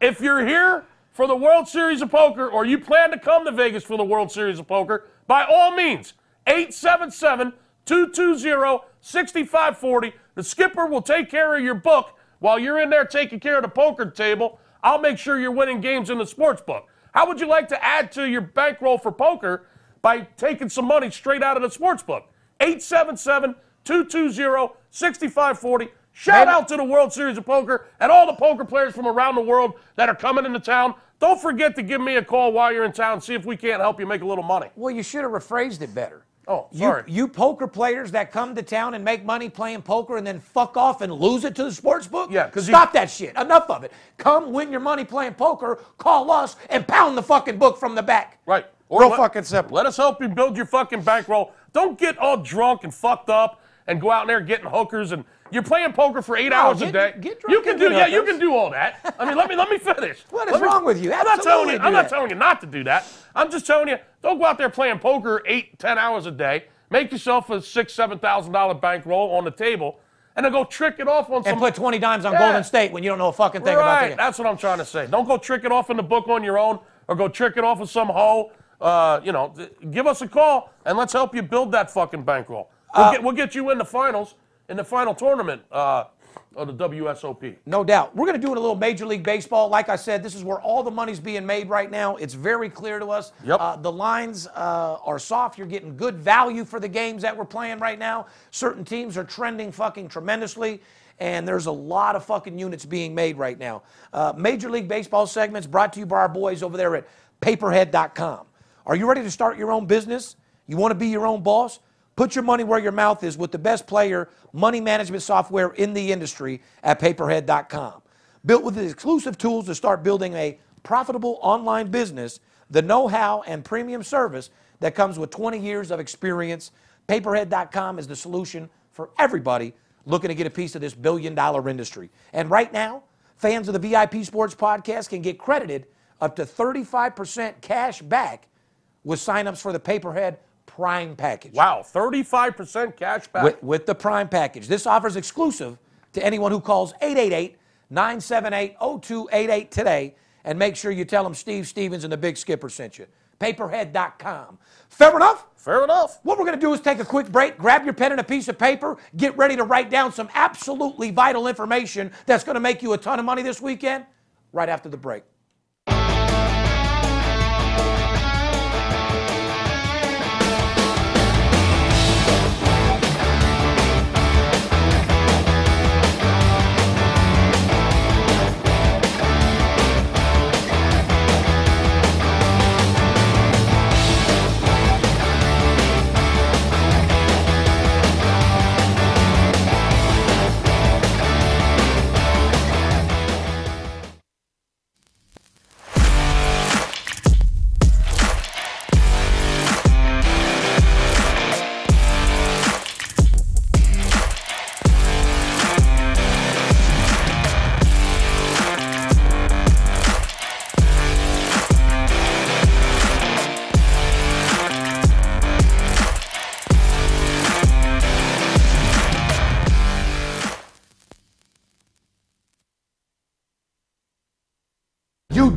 Speaker 4: if you're here for the World Series of Poker or you plan to come to Vegas for the World Series of Poker, by all means, 877 220 6540. The skipper will take care of your book while you're in there taking care of the poker table. I'll make sure you're winning games in the sports book. How would you like to add to your bankroll for poker by taking some money straight out of the sports book? 877 220 6540. Shout
Speaker 3: Maybe-
Speaker 4: out to the World Series of Poker and all the poker players from around the world that are coming into town. Don't forget to give me a call while you're in town. See if we can't help you make a little money.
Speaker 3: Well, you should have rephrased it better.
Speaker 4: Oh,
Speaker 3: You-
Speaker 4: sorry.
Speaker 3: You, poker players that come to town and make money playing poker and then fuck off and lose it to the sports book?
Speaker 4: Yeah, 'cause you-
Speaker 3: Stop that shit. Enough of it. Come win your money playing poker, call us, and pound the fucking book from the back.
Speaker 4: Right.
Speaker 3: Real fucking simple.
Speaker 4: Let us help you build your fucking bankroll. Don't get all drunk and fucked up and go out there getting hookers and you're playing poker for eight
Speaker 3: No,
Speaker 4: hours a
Speaker 3: get-
Speaker 4: day.
Speaker 3: get drunk
Speaker 4: you can
Speaker 3: and
Speaker 4: do
Speaker 3: get
Speaker 4: yeah, you
Speaker 3: hookers.
Speaker 4: can do all that. I mean, let me let me finish.
Speaker 3: What is
Speaker 4: Let me-
Speaker 3: wrong with you?
Speaker 4: I'm not telling
Speaker 3: Absolutely
Speaker 4: you.
Speaker 3: do
Speaker 4: I'm
Speaker 3: that.
Speaker 4: not telling you not to do that. I'm just telling you, don't go out there playing poker eight, ten hours a day. Make yourself a six, seven thousand dollar bankroll on the table, and then go trick it off on
Speaker 3: and
Speaker 4: some
Speaker 3: put 20 dimes on
Speaker 4: Yeah.
Speaker 3: Golden State when you don't know a fucking thing about the
Speaker 4: Right,
Speaker 3: game.
Speaker 4: that's what I'm trying to say. Don't go trick it off in the book on your own, or go trick it off with some hoe. Uh, you know, th- give us a call and let's help you build that fucking bankroll. We'll, get, we'll get you in the finals, in the final tournament uh, of the WSOP.
Speaker 3: No doubt. We're going to do it a little Major League Baseball. Like I said, this is where all the money's being made right now. It's very clear to us.
Speaker 4: Yep.
Speaker 3: Uh, the lines uh, are soft. You're getting good value for the games that we're playing right now. Certain teams are trending fucking tremendously, and there's a lot of fucking units being made right now. Uh, Major League Baseball segments brought to you by our boys over there at paperhead.com. Are you ready to start your own business? You want to be your own boss? Put your money where your mouth is with the best player money management software in the industry at paperhead.com. Built with the exclusive tools to start building a profitable online business, the know how and premium service that comes with 20 years of experience, paperhead.com is the solution for everybody looking to get a piece of this billion dollar industry. And right now, fans of the VIP Sports Podcast can get credited up to 35% cash back with signups for the Paperhead Prime Package
Speaker 4: Wow, 35% cash back.
Speaker 3: with, with the Prime package. This offer is exclusive to anyone who calls 888-978-0288 today and make sure you tell them Steve Stevens and the Big Skipper sent you. Paperhead.com. Fair enough?
Speaker 4: Fair enough.
Speaker 3: What we're going to do is take a quick break, grab your pen and a piece of paper, get ready to write down some absolutely vital information that's going to make you a ton of money this weekend right after the break. You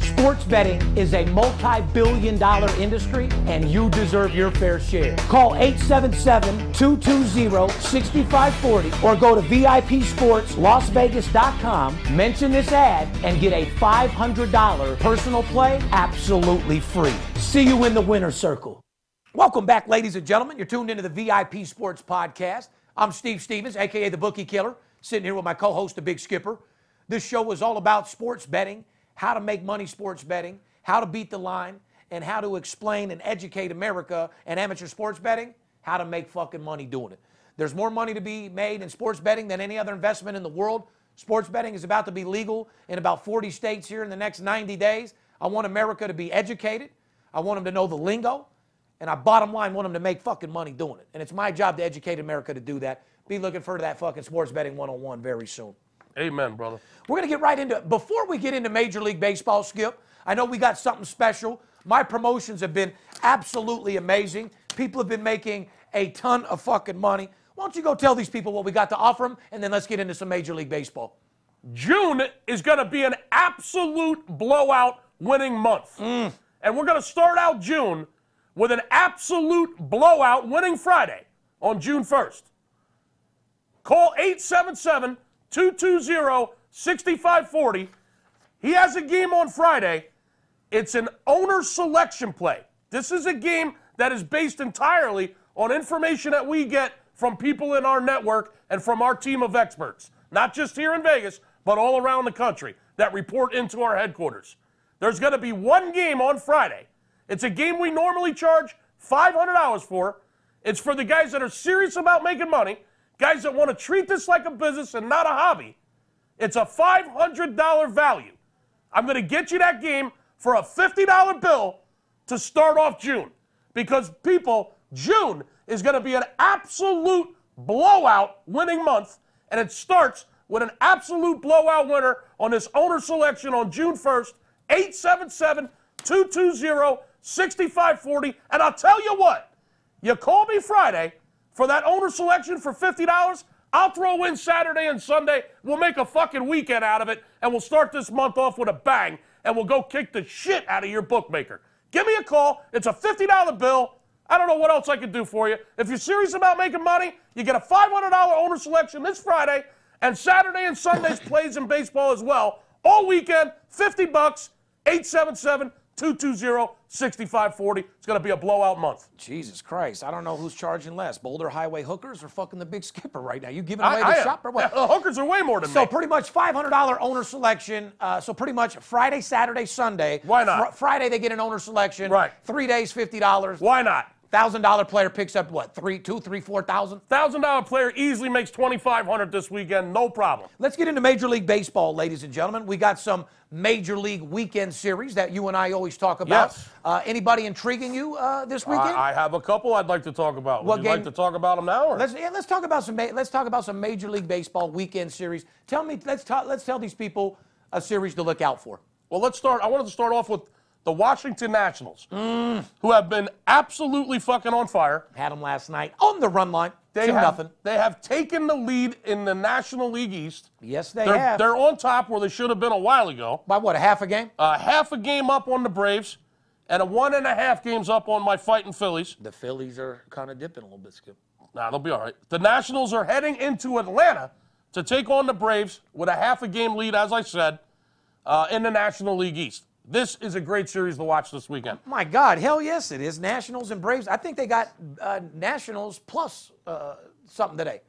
Speaker 3: sports betting is a multi billion dollar industry and you deserve your fair share. Call 877 220 6540 or go to VIPSportsLasVegas.com, mention this ad, and get a $500 personal play absolutely free. See you in the winner's circle. Welcome back, ladies and gentlemen. You're tuned into the VIP Sports Podcast. I'm Steve Stevens, aka the Bookie Killer, sitting here with my co-host, the Big Skipper. This show is all about sports betting, how to make money sports betting, how to beat the line, and how to explain and educate America and amateur sports betting how to make fucking money doing it. There's more money to be made in sports betting than any other investment in the world. Sports betting is about to be legal in about 40 states here in the next 90 days. I want America to be educated. I want them to know the lingo. And I bottom line want them to make fucking money doing it. And it's my job to educate America to do that. Be looking for that fucking sports betting 101 very soon.
Speaker 4: Amen, brother.
Speaker 3: We're going to get right into it. Before we get into Major League Baseball, Skip, I know we got something special. My promotions have been absolutely amazing. People have been making a ton of fucking money. Why don't you go tell these people what we got to offer them, and then let's get into some Major League Baseball.
Speaker 4: June is going to be an absolute blowout winning month. And we're going to start out June with an absolute blowout winning Friday on June 1st. Call 877 220 6540. He has a game on Friday. It's an owner selection play. This is a game that is based entirely on information that we get from people in our network and from our team of experts, not just here in Vegas, but all around the country that report into our headquarters. There's going to be one game on Friday. It's a game we normally charge $500 for. It's for the guys that are serious about making money, guys that want to treat this like a business and not a hobby. It's a $500 value. I'm going to get you that game for a $50 bill to start off June. Because, people, June is going to be an absolute blowout winning month, and it starts with an absolute blowout winner on this owner selection on June 1st, 877 220 6540. And I'll tell you what, you call me Friday for that owner selection for $50. I'll throw in Saturday and Sunday. We'll make a fucking weekend out of it, and we'll start this month off with a bang, and we'll go kick the shit out of your bookmaker. Give me a call. It's a $50 bill. I don't know what else I can do for you. If you're serious about making money, you get a $500 owner selection this Friday, and Saturday and Sunday's plays in baseball as well. All weekend, 50 bucks, 877 220 6540. It's going to be a blowout month.
Speaker 3: Jesus Christ. I don't know who's charging less, Boulder Highway hookers or fucking the big skipper right now. You giving away
Speaker 4: I-
Speaker 3: the
Speaker 4: I-
Speaker 3: shop or what?
Speaker 4: The hookers are way more than
Speaker 3: So
Speaker 4: me.
Speaker 3: pretty much $500 owner selection. Uh, so pretty much Friday, Saturday, Sunday.
Speaker 4: Why not?
Speaker 3: Fr- Friday they get an owner selection.
Speaker 4: Right.
Speaker 3: Three days, fifty dollars.
Speaker 4: Why not?
Speaker 3: Thousand dollar player picks up what? Three, two, three, four thousand.
Speaker 4: Thousand dollar player easily makes twenty five hundred this weekend, no problem.
Speaker 3: Let's get into Major League Baseball, ladies and gentlemen. We got some Major League weekend series that you and I always talk about.
Speaker 4: Yes.
Speaker 3: Uh, anybody intriguing you uh, this weekend?
Speaker 4: I, I have a couple I'd like to talk about. Would
Speaker 3: What
Speaker 4: you
Speaker 3: game-
Speaker 4: like to talk about them now? Or?
Speaker 3: Let's yeah, let's talk about some ma- let's talk about some Major League Baseball weekend series. Tell me, let's ta- let's tell these people a series to look out for.
Speaker 4: Well, let's start. I wanted to start off with the Washington Nationals,
Speaker 3: Mm.
Speaker 4: who have been absolutely fucking on fire.
Speaker 3: Had them last night on the run line,
Speaker 4: They
Speaker 3: two
Speaker 4: have,
Speaker 3: nothing.
Speaker 4: They have taken the lead in the National League East.
Speaker 3: Yes, they
Speaker 4: are
Speaker 3: have.
Speaker 4: They're on top where they should have been a while ago.
Speaker 3: By what a half a game?
Speaker 4: Uh, half a game up on the Braves, and a one and a half games up on my fighting Phillies.
Speaker 5: The Phillies are kind of dipping a little bit, Skip.
Speaker 4: Nah, they'll be all right. The Nationals are heading into Atlanta to take on the Braves with a half a game lead, as I said, uh, in the National League East. This is a great series to watch this weekend. Uh,
Speaker 3: My God, hell yes, it is. Nationals and Braves. I think they got uh, Nationals plus uh, something today.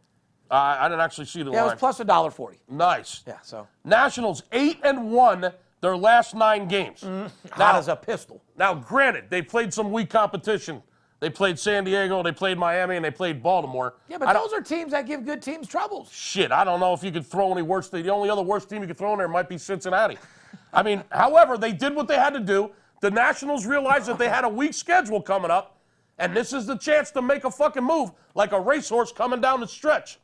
Speaker 4: Uh, I didn't actually see the
Speaker 3: Yeah, it was
Speaker 4: line.
Speaker 3: plus a dollar forty.
Speaker 4: nice.
Speaker 3: Yeah, so
Speaker 4: Nationals eight and one their last nine games.
Speaker 3: Mm-hmm. hot as a pistol.
Speaker 4: Now, granted, they played some weak competition. They played San Diego, they played Miami, and they played Baltimore.
Speaker 3: Yeah,
Speaker 4: I
Speaker 3: but
Speaker 4: don't-
Speaker 3: those are teams that give good teams troubles.
Speaker 4: shit, I don't know if you could throw any worse. The only other worst team you could throw in there might be Cincinnati. I mean, however, they did what they had to do. The Nationals realized that they had a weak schedule coming up, and this is the chance to make a fucking move like a racehorse coming down the stretch.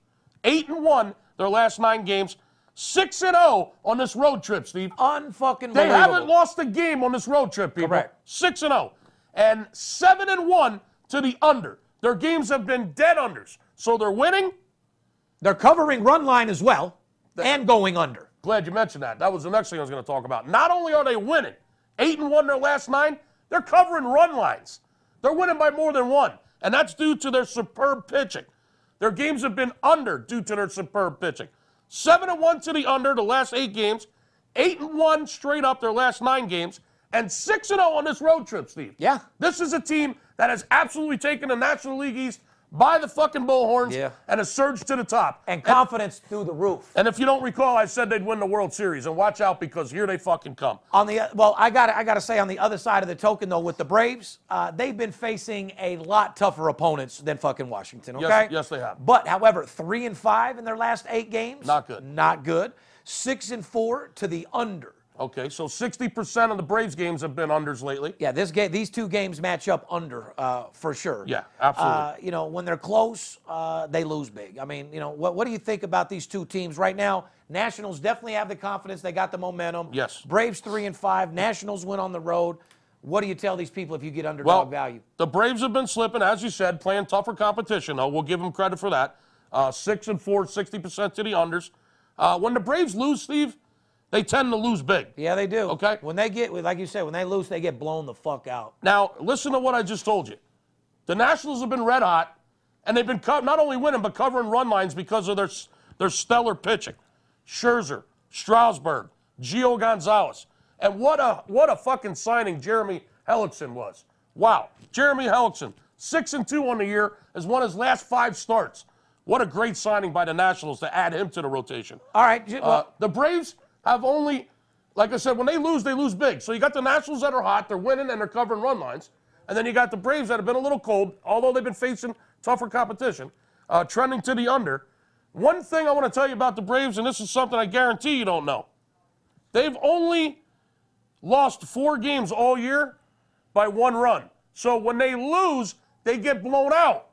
Speaker 4: Eight and one their last nine games, six and zero on this road trip, Steve.
Speaker 3: Unfucking
Speaker 4: They haven't
Speaker 3: believable.
Speaker 4: lost a game on this road trip, people.
Speaker 3: Correct.
Speaker 4: Six and zero, and seven and one to the under. Their games have been dead unders, so they're winning.
Speaker 3: They're covering run line as well and going under.
Speaker 4: Glad you mentioned that. That was the next thing I was going to talk about. Not only are they winning, eight and one their last nine, they're covering run lines. They're winning by more than one, and that's due to their superb pitching. Their games have been under due to their superb pitching. Seven and one to the under the last eight games, eight and one straight up their last nine games, and six and zero on this road trip, Steve.
Speaker 3: Yeah.
Speaker 4: this is a team that has absolutely taken the National League East by the fucking bullhorns
Speaker 3: Yeah.
Speaker 4: and has surged to the top.
Speaker 3: and confidence through the roof.
Speaker 4: And if you don't recall, I said they'd win the World Series, and watch out because here they fucking come.
Speaker 3: On the well, I got I got to say on the other side of the token though, with the Braves, uh, they've been facing a lot tougher opponents than fucking Washington. Okay,
Speaker 4: Yes- yes, they have.
Speaker 3: But however, three and five in their last eight games,
Speaker 4: Not good.
Speaker 3: Not good. Six and four to the under.
Speaker 4: Okay, so 60% of the Braves games have been unders lately.
Speaker 3: Yeah, this game, these two games match up under uh, for sure.
Speaker 4: Yeah, absolutely.
Speaker 3: Uh, you know, when they're close, uh, they lose big. I mean, you know, what, what do you think about these two teams right now? Nationals definitely have the confidence; they got the momentum.
Speaker 4: Yes.
Speaker 3: Braves three and five. Nationals win on the road. What do you tell these people if you get underdog value?
Speaker 4: The Braves have been slipping, as you said, playing tougher competition, though. We'll give them credit for that. Uh, six and four, 60% to the unders. Uh, when the Braves lose, Steve, they tend to lose big.
Speaker 3: Yeah, they do.
Speaker 4: Okay.
Speaker 3: When they get, like you said, when they lose, they get blown the fuck out.
Speaker 4: Now, listen to what I just told you. The Nationals have been red hot, and they've been co- not only winning but covering run lines because of their s- their stellar pitching. Scherzer, Strasburg, Gio Gonzalez, and what a what a fucking signing Jeremy Hellickson was. Wow, Jeremy Hellickson, six and two on the year, has won his last five starts. What a great signing by the Nationals to add him to the rotation.
Speaker 3: All right. j-
Speaker 4: Uh,
Speaker 3: well,
Speaker 4: the Braves have only, like I said, when they lose, they lose big. So you got the Nationals that are hot, they're winning and they're covering run lines, and then you got the Braves that have been a little cold, although they've been facing tougher competition, uh, trending to the under. One thing I want to tell you about the Braves, and this is something I guarantee you don't know, they've only lost four games all year by one run. So when they lose, they get blown out.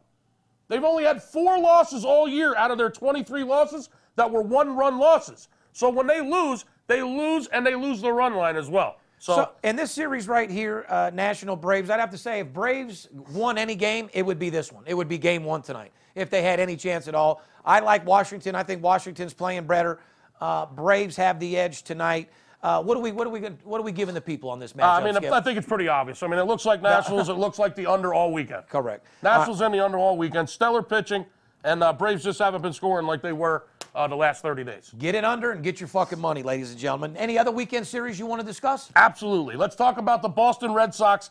Speaker 4: They've only had four losses all year out of their 23 losses. that were one run losses. So when they lose, they lose and they lose the run line as well. So,
Speaker 3: So in this series right here, uh, National Braves, I'd have to say if Braves won any game, it would be this one. It would be game one tonight if they had any chance at all. I like Washington. I think Washington's playing better. Uh, Braves have the edge tonight. Uh, what do we what do we what are we giving the people on this matchup?
Speaker 4: uh, I mean,
Speaker 3: Skip?
Speaker 4: I think it's pretty obvious. I mean, it looks like Nationals. it looks like the under all weekend.
Speaker 3: correct. Uh,
Speaker 4: Nationals in the under all weekend. Stellar pitching, and uh, Braves just haven't been scoring like they were uh, the last 30 days.
Speaker 3: Get it under and get your fucking money, ladies and gentlemen. Any other weekend series you want to discuss?
Speaker 4: Absolutely. Let's talk about the Boston Red Sox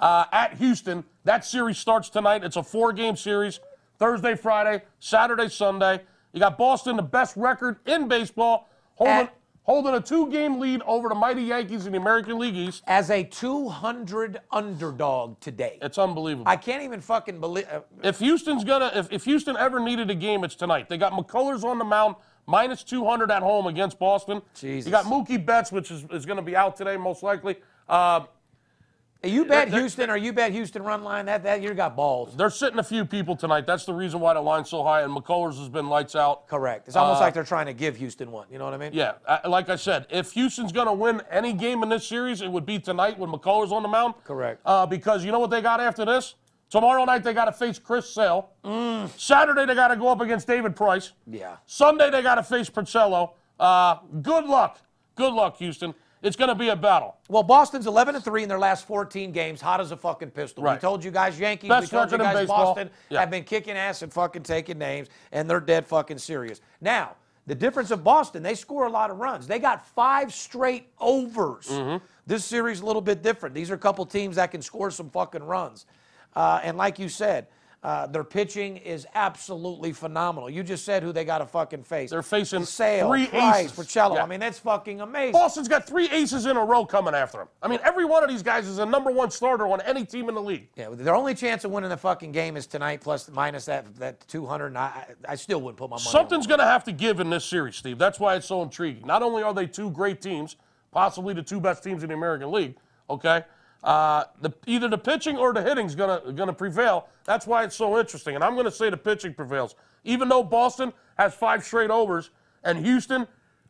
Speaker 4: uh, at Houston. That series starts tonight. It's a four game series Thursday, Friday, Saturday, Sunday. You got Boston, the best record in baseball, holding,
Speaker 3: At-
Speaker 4: holding a two game lead over the mighty Yankees in the American League East.
Speaker 3: As a 200 underdog today,
Speaker 4: It's unbelievable.
Speaker 3: I can't even fucking believe. Uh,
Speaker 4: If Houston's gonna, if, if Houston ever needed a game, it's tonight. They got McCullers on the mound, minus 200 at home against Boston.
Speaker 3: Jesus.
Speaker 4: You got Mookie Betts, which is, is gonna be out today most likely. Um,
Speaker 3: you bet
Speaker 4: they're-
Speaker 3: Houston or you bet Houston run line. That that you got balls.
Speaker 4: they're sitting a few people tonight. That's the reason why the line's so high, and McCullers has been lights out.
Speaker 3: Correct. It's almost
Speaker 4: Uh,
Speaker 3: like they're trying to give Houston one. You know what I mean?
Speaker 4: Yeah, I- like I said, if Houston's going to win any game in this series, it would be tonight when McCullers on the mound.
Speaker 3: Correct.
Speaker 4: Uh, because you know what they got after this? Tomorrow night they got to face Chris Sale. Saturday they got to go up against David Price.
Speaker 3: Yeah.
Speaker 4: Sunday they got to face Purcello. Uh, good luck, good luck, Houston. It's going to be a battle.
Speaker 3: Well, Boston's 11 and 3 in their last 14 games, hot as a fucking pistol. We
Speaker 4: Right.
Speaker 3: told you guys Yankees, we
Speaker 4: Best
Speaker 3: told you
Speaker 4: record in
Speaker 3: guys
Speaker 4: baseball.
Speaker 3: Boston
Speaker 4: Yeah.
Speaker 3: have been kicking ass and fucking taking names, and they're dead fucking serious. Now, the difference of Boston, they score a lot of runs. They got five straight overs.
Speaker 4: Mm-hmm.
Speaker 3: This series a little bit different. These are a couple teams that can score some fucking runs. Uh, and like you said, uh, their pitching is absolutely phenomenal. You just said who they got to fucking face.
Speaker 4: They're facing
Speaker 3: Sale,
Speaker 4: three
Speaker 3: Price,
Speaker 4: aces.
Speaker 3: Porcello.
Speaker 4: Yeah.
Speaker 3: I mean, that's fucking amazing.
Speaker 4: Boston's got three aces in a row coming after them. I mean, every one of these guys is a number one starter on any team in the league.
Speaker 3: Yeah, well, their only chance of winning the fucking game is tonight, plus minus that that 200. And I, I I still wouldn't put my money. on
Speaker 4: Something's going to have to give in this series, Steve. That's why it's so intriguing. Not only are they two great teams, possibly the two best teams in the American League, okay? Uh, the, either the pitching or the hitting's going to going to prevail. That's why it's so interesting. And I'm going to say the pitching prevails, even though Boston has five straight overs and Houston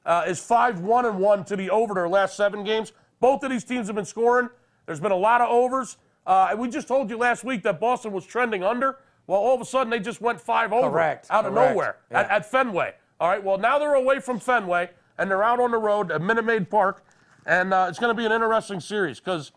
Speaker 4: uh, is five one and one to the over their last seven games. Both of these teams have been scoring. There's been a lot of overs. Uh, and we just told you last week that Boston was trending under. Well, all of a sudden they just went five over
Speaker 3: Correct,
Speaker 4: out of
Speaker 3: correct.
Speaker 4: nowhere
Speaker 3: Yeah.
Speaker 4: at, at Fenway. All right. Well, now they're away from Fenway and they're out on the road at Minute Maid Park, and uh, it's going to be an interesting series because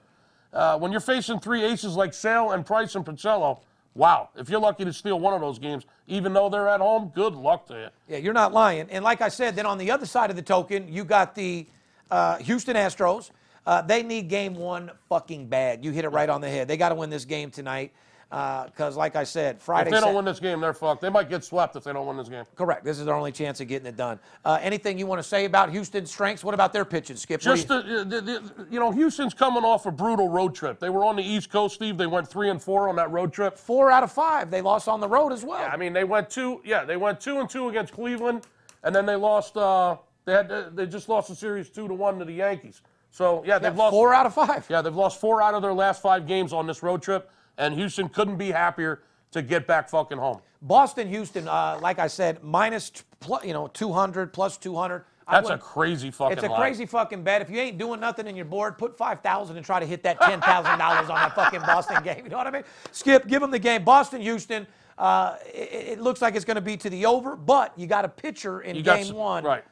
Speaker 4: uh, when you're facing three aces like Sale and Price and Pacello, wow! If you're lucky to steal one of those games, even though they're at home, good luck to you.
Speaker 3: Yeah, you're not lying. And like I said, then on the other side of the token, you got the uh, Houston Astros. Uh, they need game one fucking bad. You hit it right on the head. They got to win this game tonight because, like I said, Friday.
Speaker 4: If they
Speaker 3: Sa-
Speaker 4: don't win this game, they're fucked. They might get swept if they don't win this game.
Speaker 3: Correct. This is their only chance of getting it done. Uh, anything you want to say about Houston's strengths? What about their pitching, Skip? What do
Speaker 4: Just
Speaker 3: you-
Speaker 4: the, the, the, you know, Houston's coming off a brutal road trip. They were on the East Coast, Steve. They went three and four on that road trip.
Speaker 3: four out of five. They lost on the road as well.
Speaker 4: I mean, they went two. Yeah, they went two and two against Cleveland, and then they lost. Uh, they had they just lost the series two to one to the Yankees. So yeah, they've lost
Speaker 3: four out of five.
Speaker 4: Yeah, they've lost four out of their last five games on this road trip, and Houston couldn't be happier to get back fucking home.
Speaker 3: Boston, Houston, uh, like I said, minus t- pl- you know 200 plus 200. I
Speaker 4: That's a
Speaker 3: wouldn't-
Speaker 4: crazy fucking.
Speaker 3: It's a
Speaker 4: line.
Speaker 3: crazy fucking bet. If you ain't doing nothing and you're bored, put five thousand and try to hit that ten thousand dollars on that fucking Boston game. You know what I mean? Skip, give them the game. Boston, Houston. Uh, it, it looks like it's going to be to the over, but you got a pitcher in
Speaker 4: You got
Speaker 3: game
Speaker 4: s-
Speaker 3: one.
Speaker 4: right?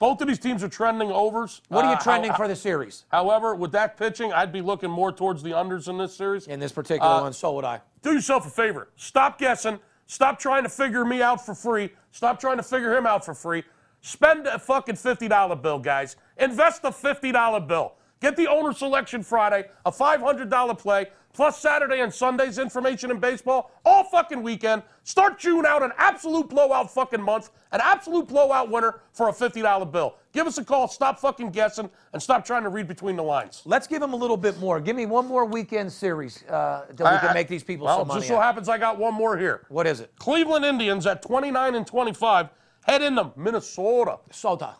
Speaker 4: Both of these teams are trending overs.
Speaker 3: What are you
Speaker 4: Uh, how-
Speaker 3: trending for the series
Speaker 4: However, with that pitching, I'd be looking more towards the unders in this series.
Speaker 3: in this
Speaker 4: Uh,
Speaker 3: particular one? So would I.
Speaker 4: do yourself a favor. Stop guessing. Stop trying to figure me out for free. Stop trying to figure him out for free. Spend a fucking $50 bill, guys. Invest the $50 bill. Get the owner selection Friday, a $500 play, plus Saturday and Sunday's information in baseball all fucking weekend. Start June out an absolute blowout fucking month, an absolute blowout winner for a $50 bill. Give us a call. Stop fucking guessing and stop trying to read between the lines.
Speaker 3: Let's give them a little bit more. Give me one more weekend series uh, that we
Speaker 4: I-
Speaker 3: can
Speaker 4: I-
Speaker 3: make these people
Speaker 4: well,
Speaker 3: some money.
Speaker 4: just so
Speaker 3: out.
Speaker 4: happens I got one more here.
Speaker 3: What is it?
Speaker 4: Cleveland Indians at 29 and 25 head into Minnesota.
Speaker 3: Minnesota.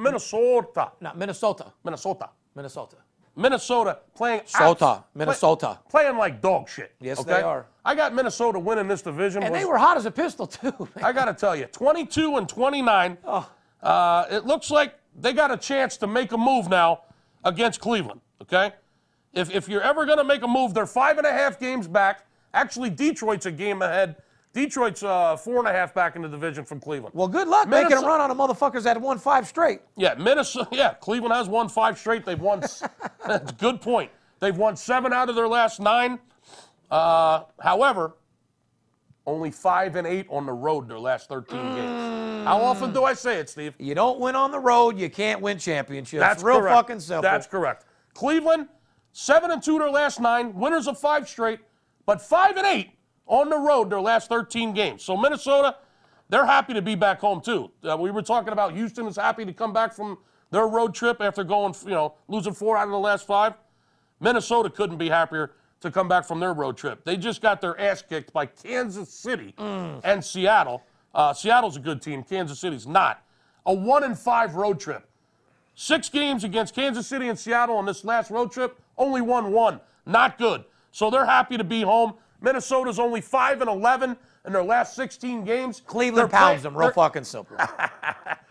Speaker 3: Minnesota.
Speaker 4: Minnesota.
Speaker 3: Not Minnesota.
Speaker 4: Minnesota.
Speaker 3: Minnesota.
Speaker 4: Minnesota playing
Speaker 3: Sota,
Speaker 4: abs-
Speaker 3: Minnesota.
Speaker 4: play- playing like dog shit.
Speaker 3: Yes,
Speaker 4: okay?
Speaker 3: they are.
Speaker 4: I got Minnesota winning this division.
Speaker 3: And
Speaker 4: was-
Speaker 3: they were hot as a pistol too. man.
Speaker 4: I got to tell you, 22 and 29. Uh, it looks like they got a chance to make a move now against Cleveland. Okay, if if you're ever going to make a move, they're five and a half games back. Actually, Detroit's a game ahead. Detroit's uh, four and a half back in the division from Cleveland.
Speaker 3: Well, good luck making
Speaker 4: Minnesota-
Speaker 3: a run on the motherfuckers that won five straight.
Speaker 4: Yeah, Minnesota. Yeah, Cleveland has won five straight. They've won. s- that's a good point. They've won seven out of their last nine. Uh, however, only five and eight on the road their last 13 games. How often do I say it, Steve?
Speaker 3: You don't win on the road, you can't win championships.
Speaker 4: That's
Speaker 3: real
Speaker 4: correct.
Speaker 3: fucking simple.
Speaker 4: That's correct. Cleveland, seven and two their last nine, winners of five straight, but five and eight on the road their last 13 games. So Minnesota, they're happy to be back home too. Uh, we were talking about Houston is happy to come back from their road trip after going, you know, losing four out of the last five. Minnesota couldn't be happier to come back from their road trip. They just got their ass kicked by Kansas City
Speaker 3: Mm.
Speaker 4: and Seattle. Uh, Seattle's a good team. Kansas City's not. A one and five road trip. Six games against Kansas City and Seattle on this last road trip, only won one. Not good. So they're happy to be home. Minnesota's only five and eleven in their last 16 games.
Speaker 3: Cleveland
Speaker 4: They're
Speaker 3: pounds
Speaker 4: play-
Speaker 3: them real
Speaker 4: they're-
Speaker 3: fucking simple.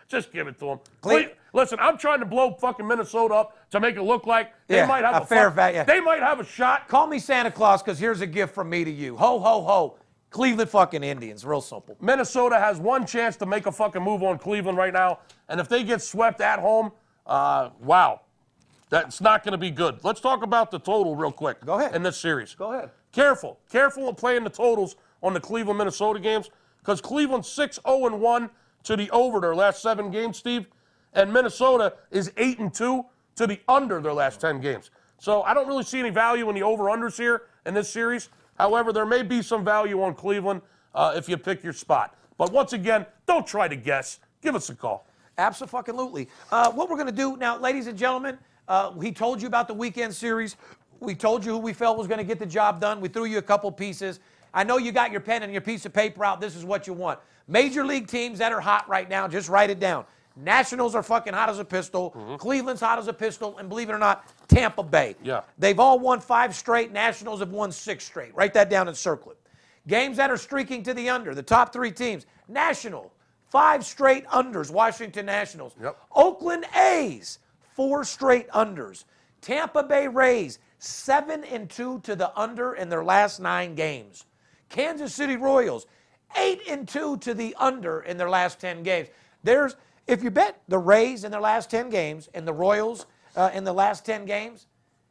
Speaker 4: Just give it to them.
Speaker 3: Cle-
Speaker 4: Listen, I'm trying to blow fucking Minnesota up to make it look like they
Speaker 3: Yeah,
Speaker 4: might have
Speaker 3: a
Speaker 4: a,
Speaker 3: fair
Speaker 4: fuck-
Speaker 3: va- yeah.
Speaker 4: They might have a shot.
Speaker 3: Call me Santa Claus because here's a gift from me to you. Ho, ho, ho. Cleveland fucking Indians. Real simple.
Speaker 4: Minnesota has one chance to make a fucking move on Cleveland right now, and if they get swept at home, uh, wow, that's not going to be good. Let's talk about the total real quick.
Speaker 3: Go ahead.
Speaker 4: In this series.
Speaker 3: Go ahead.
Speaker 4: Careful, careful in playing the totals on the Cleveland Minnesota games because Cleveland 6 0 and 1 to the over their last seven games, Steve, and Minnesota is 8 and 2 to the under their last 10 games. So I don't really see any value in the over unders here in this series. However, there may be some value on Cleveland uh, if you pick your spot. But once again, don't try to guess. Give us a call.
Speaker 3: Absolutely. Uh, what we're going to do now, ladies and gentlemen, uh, he told you about the weekend series. We told you who we felt was going to get the job done. We threw you a couple pieces. I know you got your pen and your piece of paper out. This is what you want. Major league teams that are hot right now, just write it down. Nationals are fucking hot as a pistol. Cleveland's hot as a pistol. And believe it or not, Tampa Bay.
Speaker 4: Yeah.
Speaker 3: They've all won five straight. Nationals have won six straight. Write that down and circle it. Games that are streaking to the under, the top three teams. National, five straight unders, Washington Nationals.
Speaker 4: Yep.
Speaker 3: Oakland A's, four straight unders. Tampa Bay Rays, seven and two to the under in their last nine games. Kansas City Royals, eight and two to the under in their last 10 games. There's, if you bet the Rays in their last 10 games and the Royals uh, in the last 10 games,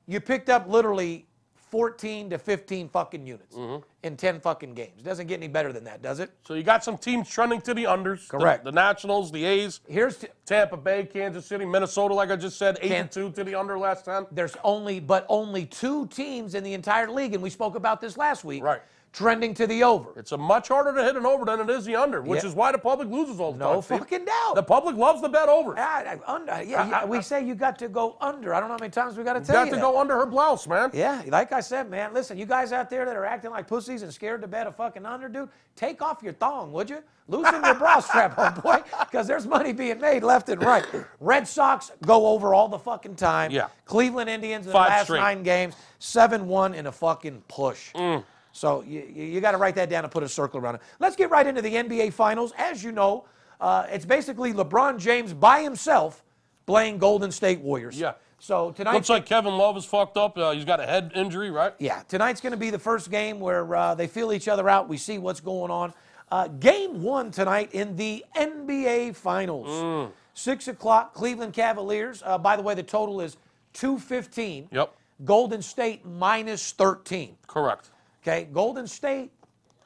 Speaker 3: you picked up literally 14 to 15 fucking units
Speaker 4: Mm-hmm.
Speaker 3: in 10 fucking games. Doesn't get any better than that, does it?
Speaker 4: So you got some teams trending to the unders. The-
Speaker 3: Correct.
Speaker 4: The, Nationals, the A's,
Speaker 3: Here's to,
Speaker 4: Tampa Bay, Kansas City, Minnesota, like I just said, 8
Speaker 3: Can-
Speaker 4: and 2 to the under last time.
Speaker 3: there's only but only two teams in the entire league, and we spoke about this last week.
Speaker 4: Right.
Speaker 3: Trending to the over.
Speaker 4: It's a much harder to hit an over than it is the under, which
Speaker 3: Yeah.
Speaker 4: is why the public loses all the time.
Speaker 3: no
Speaker 4: Steve.
Speaker 3: fucking doubt.
Speaker 4: The public loves the bet over.
Speaker 3: I- I- under, yeah, yeah,
Speaker 4: I-
Speaker 3: we
Speaker 4: I-
Speaker 3: say you got to go under. I don't know how many times we got to
Speaker 4: You
Speaker 3: tell
Speaker 4: got
Speaker 3: you
Speaker 4: to
Speaker 3: that.
Speaker 4: go under her blouse, man.
Speaker 3: Yeah, like I said, man, listen, you guys out there that are acting like pussies and scared to bet a fucking under, dude, take off your thong, would you? Loosen your bra strap, oh boy, because there's money being made left and right. Red Sox go over all the fucking time.
Speaker 4: Yeah.
Speaker 3: Cleveland Indians in
Speaker 4: Five
Speaker 3: the last
Speaker 4: straight.
Speaker 3: nine games, 7 1 in a fucking push.
Speaker 4: Mm.
Speaker 3: So you, you got to write that down and put a circle around it. Let's get right into the NBA Finals. As you know, uh, it's basically LeBron James by himself playing Golden State Warriors.
Speaker 4: Yeah.
Speaker 3: So tonight.
Speaker 4: Looks like Kevin Love is fucked up. Uh, he's got a head injury, right?
Speaker 3: Yeah, tonight's going to be the first game where uh, they feel each other out. We see what's going on. Uh, game one tonight in the NBA Finals. Six o'clock, Cleveland Cavaliers. Uh, by the way, the total is 215.
Speaker 4: Yep.
Speaker 3: Golden State minus 13.
Speaker 4: Correct.
Speaker 3: Okay, Golden State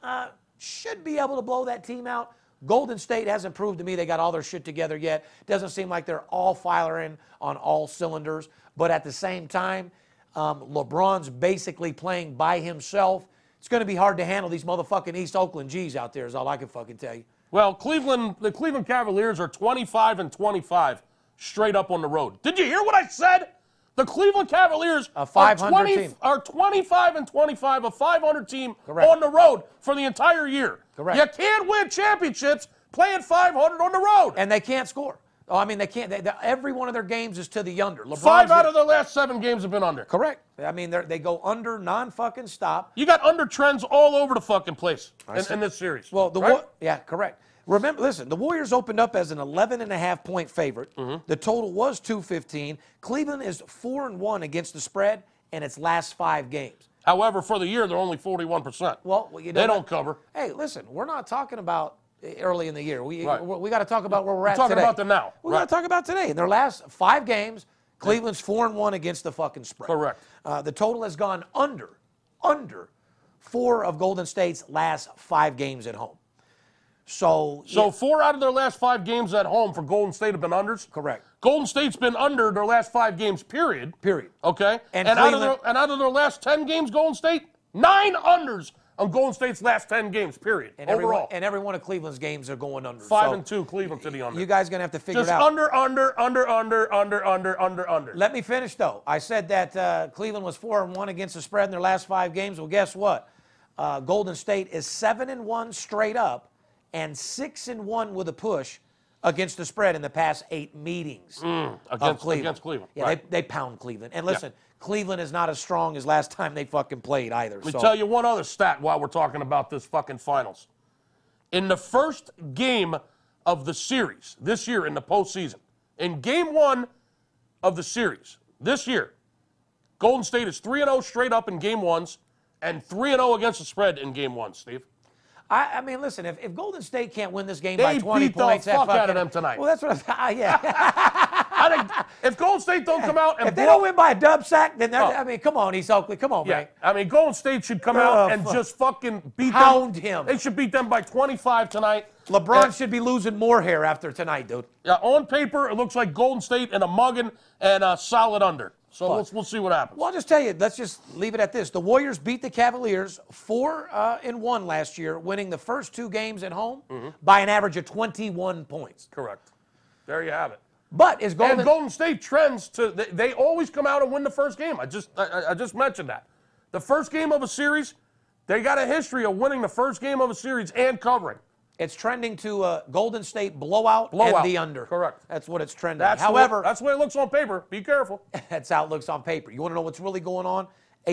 Speaker 3: uh, should be able to blow that team out. Golden State hasn't proved to me they got all their shit together yet. Doesn't seem like they're all firing on all cylinders. But at the same time, um, LeBron's basically playing by himself. It's going to be hard to handle these motherfucking East Oakland G's out there, is all I can fucking tell you.
Speaker 4: Well, Cleveland, the Cleveland Cavaliers are 25 and 25 straight up on the road. Did you hear what I said? The Cleveland Cavaliers
Speaker 3: A
Speaker 4: are,
Speaker 3: 500 team.
Speaker 4: are 25 and 25, a 500 team
Speaker 3: Correct.
Speaker 4: on the road for the entire year.
Speaker 3: Correct.
Speaker 4: You can't win championships playing 500 on the road.
Speaker 3: And they can't score. Oh, I mean, they can't. They, they- every one of their games is to the under. LeBron's
Speaker 4: Five out of their last seven games have been under.
Speaker 3: correct. I mean, they're- they go under non fucking stop.
Speaker 4: You got under trends all over the fucking place in, in this series.
Speaker 3: Well, the
Speaker 4: right?
Speaker 3: Wa- yeah, correct. Remember, listen, the Warriors opened up as an 11 and a half point favorite.
Speaker 4: Mm-hmm.
Speaker 3: The total was 215. Cleveland is 4 and 1 against the spread in its last 5 games.
Speaker 4: However, for the year, they're only 41%.
Speaker 3: Well, you know
Speaker 4: they don't
Speaker 3: what?
Speaker 4: cover.
Speaker 3: Hey, listen, we're not talking about eh, early in the year. We
Speaker 4: Right.
Speaker 3: we got to talk about where we're at
Speaker 4: talking
Speaker 3: today.
Speaker 4: about the now,
Speaker 3: We
Speaker 4: right.
Speaker 3: got to talk about today. In their last 5 games, Cleveland's 4 and 1 against the fucking spread.
Speaker 4: Correct.
Speaker 3: Uh, the total has gone under under 4 of Golden State's last 5 games at home. So
Speaker 4: So four out of their last five games at home for Golden State have been unders.
Speaker 3: Correct.
Speaker 4: Golden State's been under their last five games, period.
Speaker 3: Period.
Speaker 4: Okay.
Speaker 3: And
Speaker 4: out of their
Speaker 3: Cleveland-
Speaker 4: and out of their last ten games, Golden State nine unders on Golden State's last ten games, period.
Speaker 3: And every, one,
Speaker 4: Overall,
Speaker 3: and every one of Cleveland's games are going under.
Speaker 4: five
Speaker 3: So
Speaker 4: and two, Cleveland to the under.
Speaker 3: You guys gonna have to figure
Speaker 4: just
Speaker 3: it out.
Speaker 4: under, under, under, under, under, under, under, under.
Speaker 3: Let me finish though. I said that uh, Cleveland was four and one against the spread in their last five games. Well, guess what? Uh, Golden State is seven and one straight up, and six and one with a push against the spread in the past eight meetings of
Speaker 4: Mm, against-
Speaker 3: Cleveland.
Speaker 4: against Cleveland,
Speaker 3: Yeah,
Speaker 4: right.
Speaker 3: they, they pound Cleveland. And listen, Cleveland is not as strong as last time they fucking played either.
Speaker 4: Let me
Speaker 3: so
Speaker 4: tell you one other stat while we're talking about this fucking finals. In the first game of the series this year in the postseason, in game one of the series this year, Golden State is 3 0 straight up in game ones and 3 0 against the spread in game one, Steve.
Speaker 3: I, I mean, listen, if, if Golden State can't win this game
Speaker 4: They
Speaker 3: by 20
Speaker 4: beat the
Speaker 3: points, that
Speaker 4: fuck out of
Speaker 3: fucking-
Speaker 4: them tonight.
Speaker 3: Well, that's what I am yeah.
Speaker 4: I think if Golden State don't come out and
Speaker 3: If they
Speaker 4: blow-
Speaker 3: don't win by a dub sack, then they're,
Speaker 4: Oh.
Speaker 3: I mean, come on, East Oakley, come on,
Speaker 4: yeah,
Speaker 3: man.
Speaker 4: I mean, Golden State should come
Speaker 3: Oh,
Speaker 4: out and
Speaker 3: fuck.
Speaker 4: just fucking beat
Speaker 3: Hound
Speaker 4: them.
Speaker 3: him.
Speaker 4: They should beat them by 25 tonight.
Speaker 3: LeBron
Speaker 4: And-
Speaker 3: should be losing more hair after tonight, dude.
Speaker 4: Yeah, on paper, it looks like Golden State and a mugging and a solid under. So we'll, we'll see what happens.
Speaker 3: Well, I'll just tell you, let's just leave it at this. The Warriors beat the Cavaliers four uh, and one last year, winning the first two games at home
Speaker 4: Mm-hmm.
Speaker 3: by an average of 21 points.
Speaker 4: Correct. There you have it.
Speaker 3: But is Golden,
Speaker 4: And Golden State trends to they, they always come out and win the first game. I just I- I, I just mentioned that. The first game of a series, they got a history of winning the first game of a series and covering.
Speaker 3: it's trending to uh, Golden State blowout,
Speaker 4: Blowout.
Speaker 3: and the under?
Speaker 4: Correct.
Speaker 3: That's what it's trending.
Speaker 4: That's the way-
Speaker 3: However,
Speaker 4: that's the way it looks on paper. Be careful.
Speaker 3: That's how it looks on paper. You want to know what's really going on?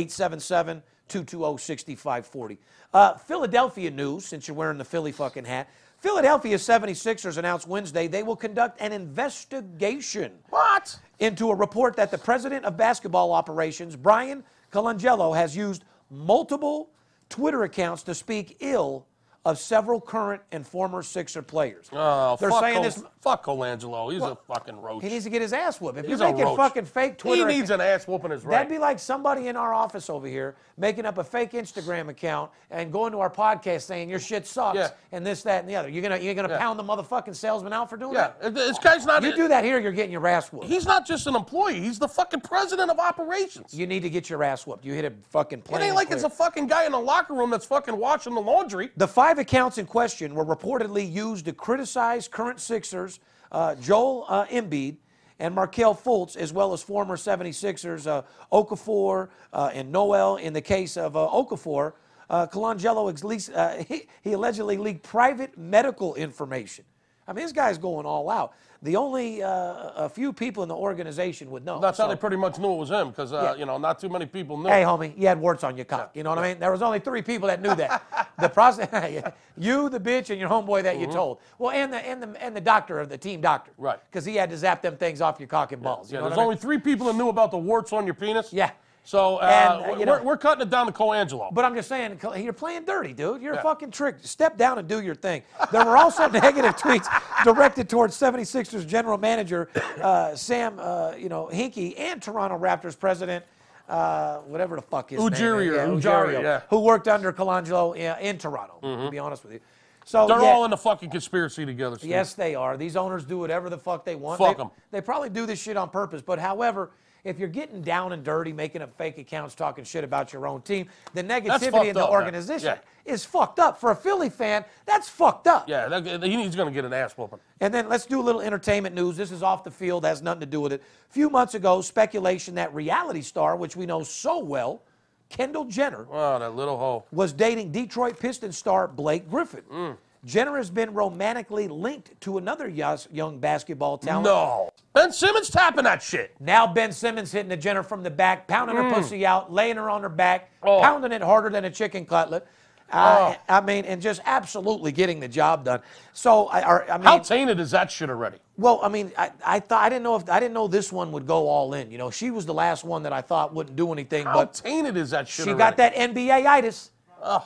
Speaker 3: 877 220 6540. Uh, Philadelphia news, since you're wearing the Philly fucking hat. Philadelphia 76ers announced Wednesday they will conduct an investigation
Speaker 4: What?
Speaker 3: into a report that the president of basketball operations, Brian Colangelo, has used multiple Twitter accounts to speak ill of several current and former Sixer players.
Speaker 4: Oh,
Speaker 3: They're
Speaker 4: fuck
Speaker 3: saying
Speaker 4: Col-
Speaker 3: this.
Speaker 4: Fuck Colangelo. He's a fucking roach.
Speaker 3: He needs to get his ass whooped. If
Speaker 4: He's a
Speaker 3: you're making
Speaker 4: roach.
Speaker 3: fucking fake Twitter,
Speaker 4: He needs an ass whooping his right.
Speaker 3: That'd be like somebody in our office over here making up a fake Instagram account and going to our podcast saying your shit sucks
Speaker 4: Yeah.
Speaker 3: and this, that, and the other. You're gonna you're gonna
Speaker 4: Yeah.
Speaker 3: pound the motherfucking salesman out for doing
Speaker 4: yeah,
Speaker 3: that.
Speaker 4: this guy's not.
Speaker 3: You do that here, you're getting your ass whooped.
Speaker 4: He's not just an employee. He's the fucking president of operations.
Speaker 3: you need to get your ass whooped. You hit a fucking
Speaker 4: It
Speaker 3: plane.
Speaker 4: ain't like it's a fucking guy in the locker room that's fucking washing the laundry.
Speaker 3: The five accounts in question were reportedly used to criticize current Sixers uh, Joel uh, Embiid and Markel Fultz, as well as former 76ers uh, Okafor uh, and Noel. In the case of uh, Okafor, uh, Colangelo, ex- leaks- uh, he, he allegedly leaked private medical information. I mean, this guy's going all out. The only uh, a few people in the organization would know.
Speaker 4: That's how
Speaker 3: So-
Speaker 4: they pretty much knew it was him, because uh,
Speaker 3: Yeah.
Speaker 4: you know not too many people knew.
Speaker 3: Hey, homie, you had warts on your cock. You know what I mean? There was only three people that knew that. the process, you, the bitch, and your homeboy that you told. Well, and the and the and the doctor of the team doctor.
Speaker 4: Mm-hmm. Right.
Speaker 3: Because he had to zap them things off your cock and balls.
Speaker 4: yeah,
Speaker 3: you know
Speaker 4: there's
Speaker 3: what I
Speaker 4: only
Speaker 3: mean?
Speaker 4: three people that knew about the warts on your penis.
Speaker 3: Yeah.
Speaker 4: So uh,
Speaker 3: And, uh, you
Speaker 4: we're,
Speaker 3: know-
Speaker 4: we're cutting it down to Colangelo.
Speaker 3: But I'm just saying, Cl- you're playing dirty, dude. You're
Speaker 4: Yeah.
Speaker 3: a fucking trick. Step down and do your thing. There were also negative tweets directed towards 76ers general manager uh, Sam, uh, you know, Hinkie and Toronto Raptors president, uh, whatever the fuck his name
Speaker 4: Ujiri
Speaker 3: is.
Speaker 4: or Ujari, yeah. Mm-hmm.
Speaker 3: Who worked under Colangelo in, in Toronto, to be honest with you. So
Speaker 4: They're
Speaker 3: oh, yeah,
Speaker 4: all in the fucking conspiracy together. Steve.
Speaker 3: Yes, they are. These owners do whatever the fuck they want.
Speaker 4: Fuck
Speaker 3: They-
Speaker 4: 'em.
Speaker 3: They probably do this shit on purpose. But however, if you're getting down and dirty, making up fake accounts, talking shit about your own team, the
Speaker 4: fucked
Speaker 3: negativity in the
Speaker 4: up, man.
Speaker 3: organization is fucked up. For a Philly fan, that's fucked up.
Speaker 4: Yeah, that, he- he's going to get an ass whooping.
Speaker 3: And then let's do a little entertainment news. This is off the field, has nothing to do with it. A few months ago, speculation that reality star, which we know so well, Kendall Jenner,
Speaker 4: Oh, that little hoe. Mm.
Speaker 3: was dating Detroit Pistons star Blake Griffin. Jenner has been romantically linked to another yas- young basketball talent.
Speaker 4: No. Ben Simmons tapping that shit.
Speaker 3: Now Ben Simmons hitting the Jenner from the back, pounding her pussy out, laying her on her back,
Speaker 4: Mm. Oh.
Speaker 3: pounding it harder than a chicken cutlet. Uh, I mean, and just absolutely getting the job done. So I, or, I mean,
Speaker 4: How tainted is that shit already?
Speaker 3: well, I mean, I, I thought I didn't know if I didn't know this one would go all in. You know, she was the last one that I thought wouldn't do anything,
Speaker 4: How
Speaker 3: but
Speaker 4: tainted is that shit
Speaker 3: she
Speaker 4: already?
Speaker 3: got that NBA itis.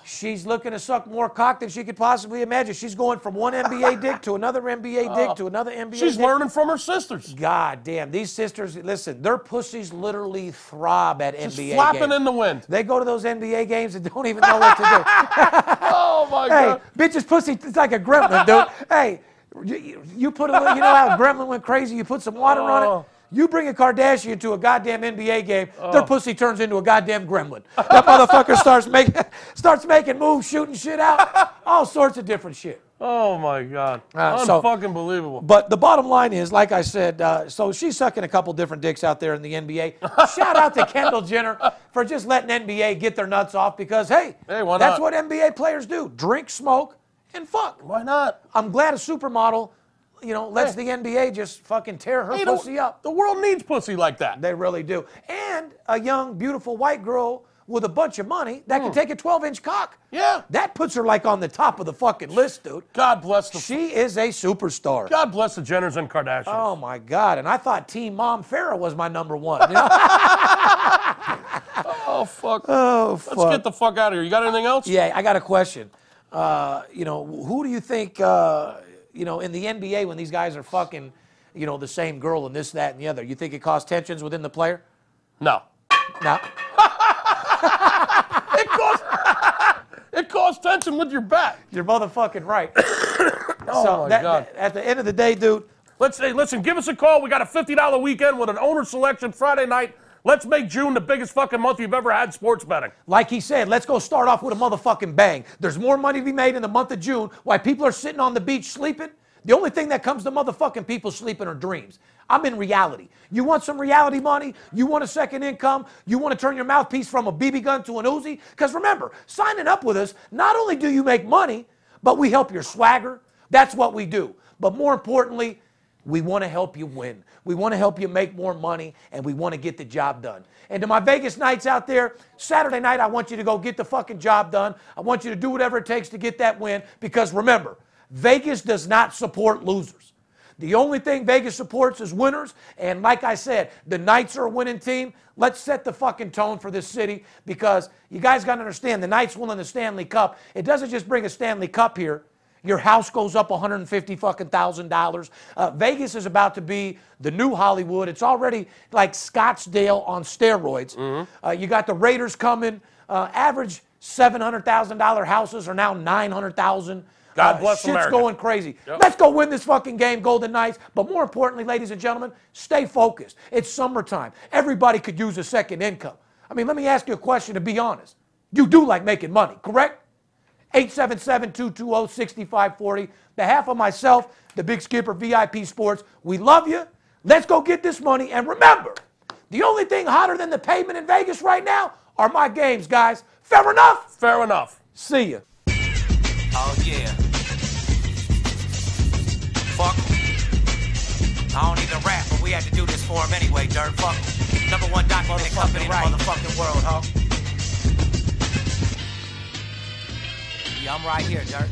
Speaker 3: She's looking to suck more cock than she could possibly imagine. She's going from one NBA dick to another NBA dick to another NBA.
Speaker 4: She's
Speaker 3: dick.
Speaker 4: learning from her sisters.
Speaker 3: God damn, these sisters! Listen, their pussies literally throb at
Speaker 4: Just
Speaker 3: NBA
Speaker 4: flapping
Speaker 3: games.
Speaker 4: in the wind.
Speaker 3: they go to those NBA games and don't even know what to do.
Speaker 4: Oh my
Speaker 3: hey,
Speaker 4: god.
Speaker 3: bitch's pussy is like a gremlin, dude. hey, you- you, you put a little, you know how a gremlin went crazy? You put some water on it.
Speaker 4: Oh.
Speaker 3: You bring a Kardashian to a goddamn NBA game, their pussy turns into a goddamn gremlin. That motherfucker starts making starts making moves, shooting shit out, all sorts of different shit.
Speaker 4: Oh my god.
Speaker 3: Uh, so-
Speaker 4: Unfucking believable.
Speaker 3: But the bottom line is, like I said, uh, so she's sucking a couple different dicks out there in the NBA. Shout out to Kendall Jenner for just letting NBA get their nuts off because, hey,
Speaker 4: Hey, why
Speaker 3: that's
Speaker 4: not?
Speaker 3: what NBA players do drink, smoke, and fuck.
Speaker 4: Why not?
Speaker 3: I'm glad a supermodel, you know, lets
Speaker 4: Hey.
Speaker 3: the NBA just fucking tear her
Speaker 4: Hey, the-
Speaker 3: pussy up.
Speaker 4: The world needs pussy like that.
Speaker 3: They really do. And a young, beautiful white girl with a bunch of money that can take a 12 inch cock.
Speaker 4: Hmm. Yeah.
Speaker 3: That puts her like on the top of the fucking list, dude.
Speaker 4: God bless the
Speaker 3: She is a superstar.
Speaker 4: God bless the Jenners and Kardashians.
Speaker 3: Oh my God! And I thought Team Mom Farah was my number one. You know?
Speaker 4: Oh, fuck.
Speaker 3: oh fuck!
Speaker 4: Let's get the fuck out of here. You got anything else?
Speaker 3: yeah, I got a question. Uh, you know, who do you think? Uh, you know, in the NBA, when these guys are fucking, you know, the same girl and this, that, and the other, you think it caused tensions within the player?
Speaker 4: No.
Speaker 3: No.
Speaker 4: It caused It caused tension with your back.
Speaker 3: You're motherfucking right.
Speaker 4: Oh, my
Speaker 3: that-
Speaker 4: God.
Speaker 3: that- at the end of the day, dude,
Speaker 4: Let's hey, listen, give us a call. We got a $50 weekend with an owner selection Friday night. Let's make June the biggest fucking month you've ever had sports betting.
Speaker 3: like he said, let's go start off with a motherfucking bang. There's more money to be made in the month of June while people are sitting on the beach sleeping. The only thing that comes to motherfucking people sleeping are dreams. I'm in reality. You want some reality money? You want a second income? You want to turn your mouthpiece from a BB gun to an Uzi? Because remember, signing up with us, not only do you make money, but we help your swagger. That's what we do. But more importantly, we want to help you win. We want to help you make more money and we want to get the job done. And to my Vegas nights out there, Saturday night, I want you to go get the fucking job done. I want you to do whatever it takes to get that win because remember, Vegas does not support losers. The only thing Vegas supports is winners. And like I said, the Knights are a winning team. Let's set the fucking tone for this city because you guys got to understand the Knights winning the Stanley Cup. It doesn't just bring a Stanley Cup here. Your house goes up 150 fucking thousand dollars. Uh, Vegas is about to be the new Hollywood. It's already like Scottsdale on steroids.
Speaker 4: Mm-hmm.
Speaker 3: Uh, you got the Raiders coming. Uh, average seven hundred thousand dollar houses are now nine hundred thousand. Uh,
Speaker 4: God bless
Speaker 3: shit's
Speaker 4: America.
Speaker 3: going crazy. Let's go win this fucking game, Golden Knights. But more importantly, ladies and gentlemen, stay focused. It's summertime. Everybody could use a second income. I mean, let me ask you a question to be honest. You do like making money, correct? oh, 877-220-6540. Behalf of myself, the Big Skipper VIP Sports, we love you. Let's go get this money. And remember, the only thing hotter than the pavement in Vegas right now are my games, guys. Fair enough.
Speaker 4: Fair enough.
Speaker 3: See ya.
Speaker 1: Oh yeah. Fuck. 'em. I don't even rap, but we had to do this for him anyway, dirt. Fuck. 'em. Number one documented company in the motherfucking world, huh? Yeah, I'm right here, dirt.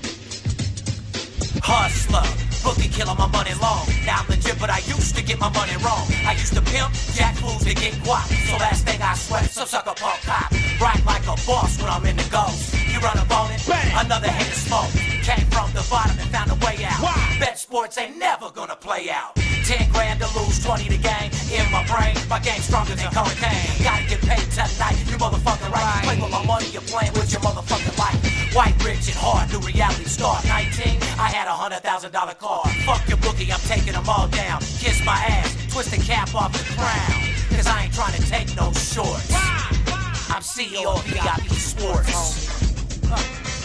Speaker 1: Hustler, bookie killer, my money long. Now I'm legit, but I used to get my money wrong. I used to pimp, jack fools to get guap. So last thing I sweat, some sucker punk cop. Rock like a boss when I'm in the ghost. You run up on it, bang, another hit of smoke. Came from the bottom and found a way out. Bet sports ain't never gonna play out. 10 grand to lose, 20 to gain. In my brain, my game stronger than cocaine. Gotta get paid tonight, you motherfucking right. Play with my money, you're playing with your motherfucking life. White, rich, and hard, new reality star. 19, I had a hundred thousand dollar car. Fuck your bookie, I'm taking them all down. Kiss my ass, twist the cap off the crown. Cause I ain't trying to take no shorts. I'm CEO of VIP Sports. Huh,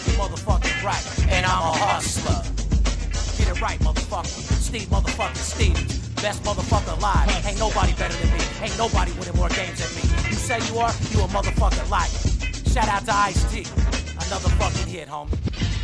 Speaker 1: you Motherfucking right, and I'm a hustler. Get it right, motherfucker. Steve, motherfucker, Steve. Best motherfucker alive. Ain't nobody better than me. Ain't nobody winning more games than me. You say you are, you a motherfucker liar. Shout out to Ice T. Another fucking hit, homie.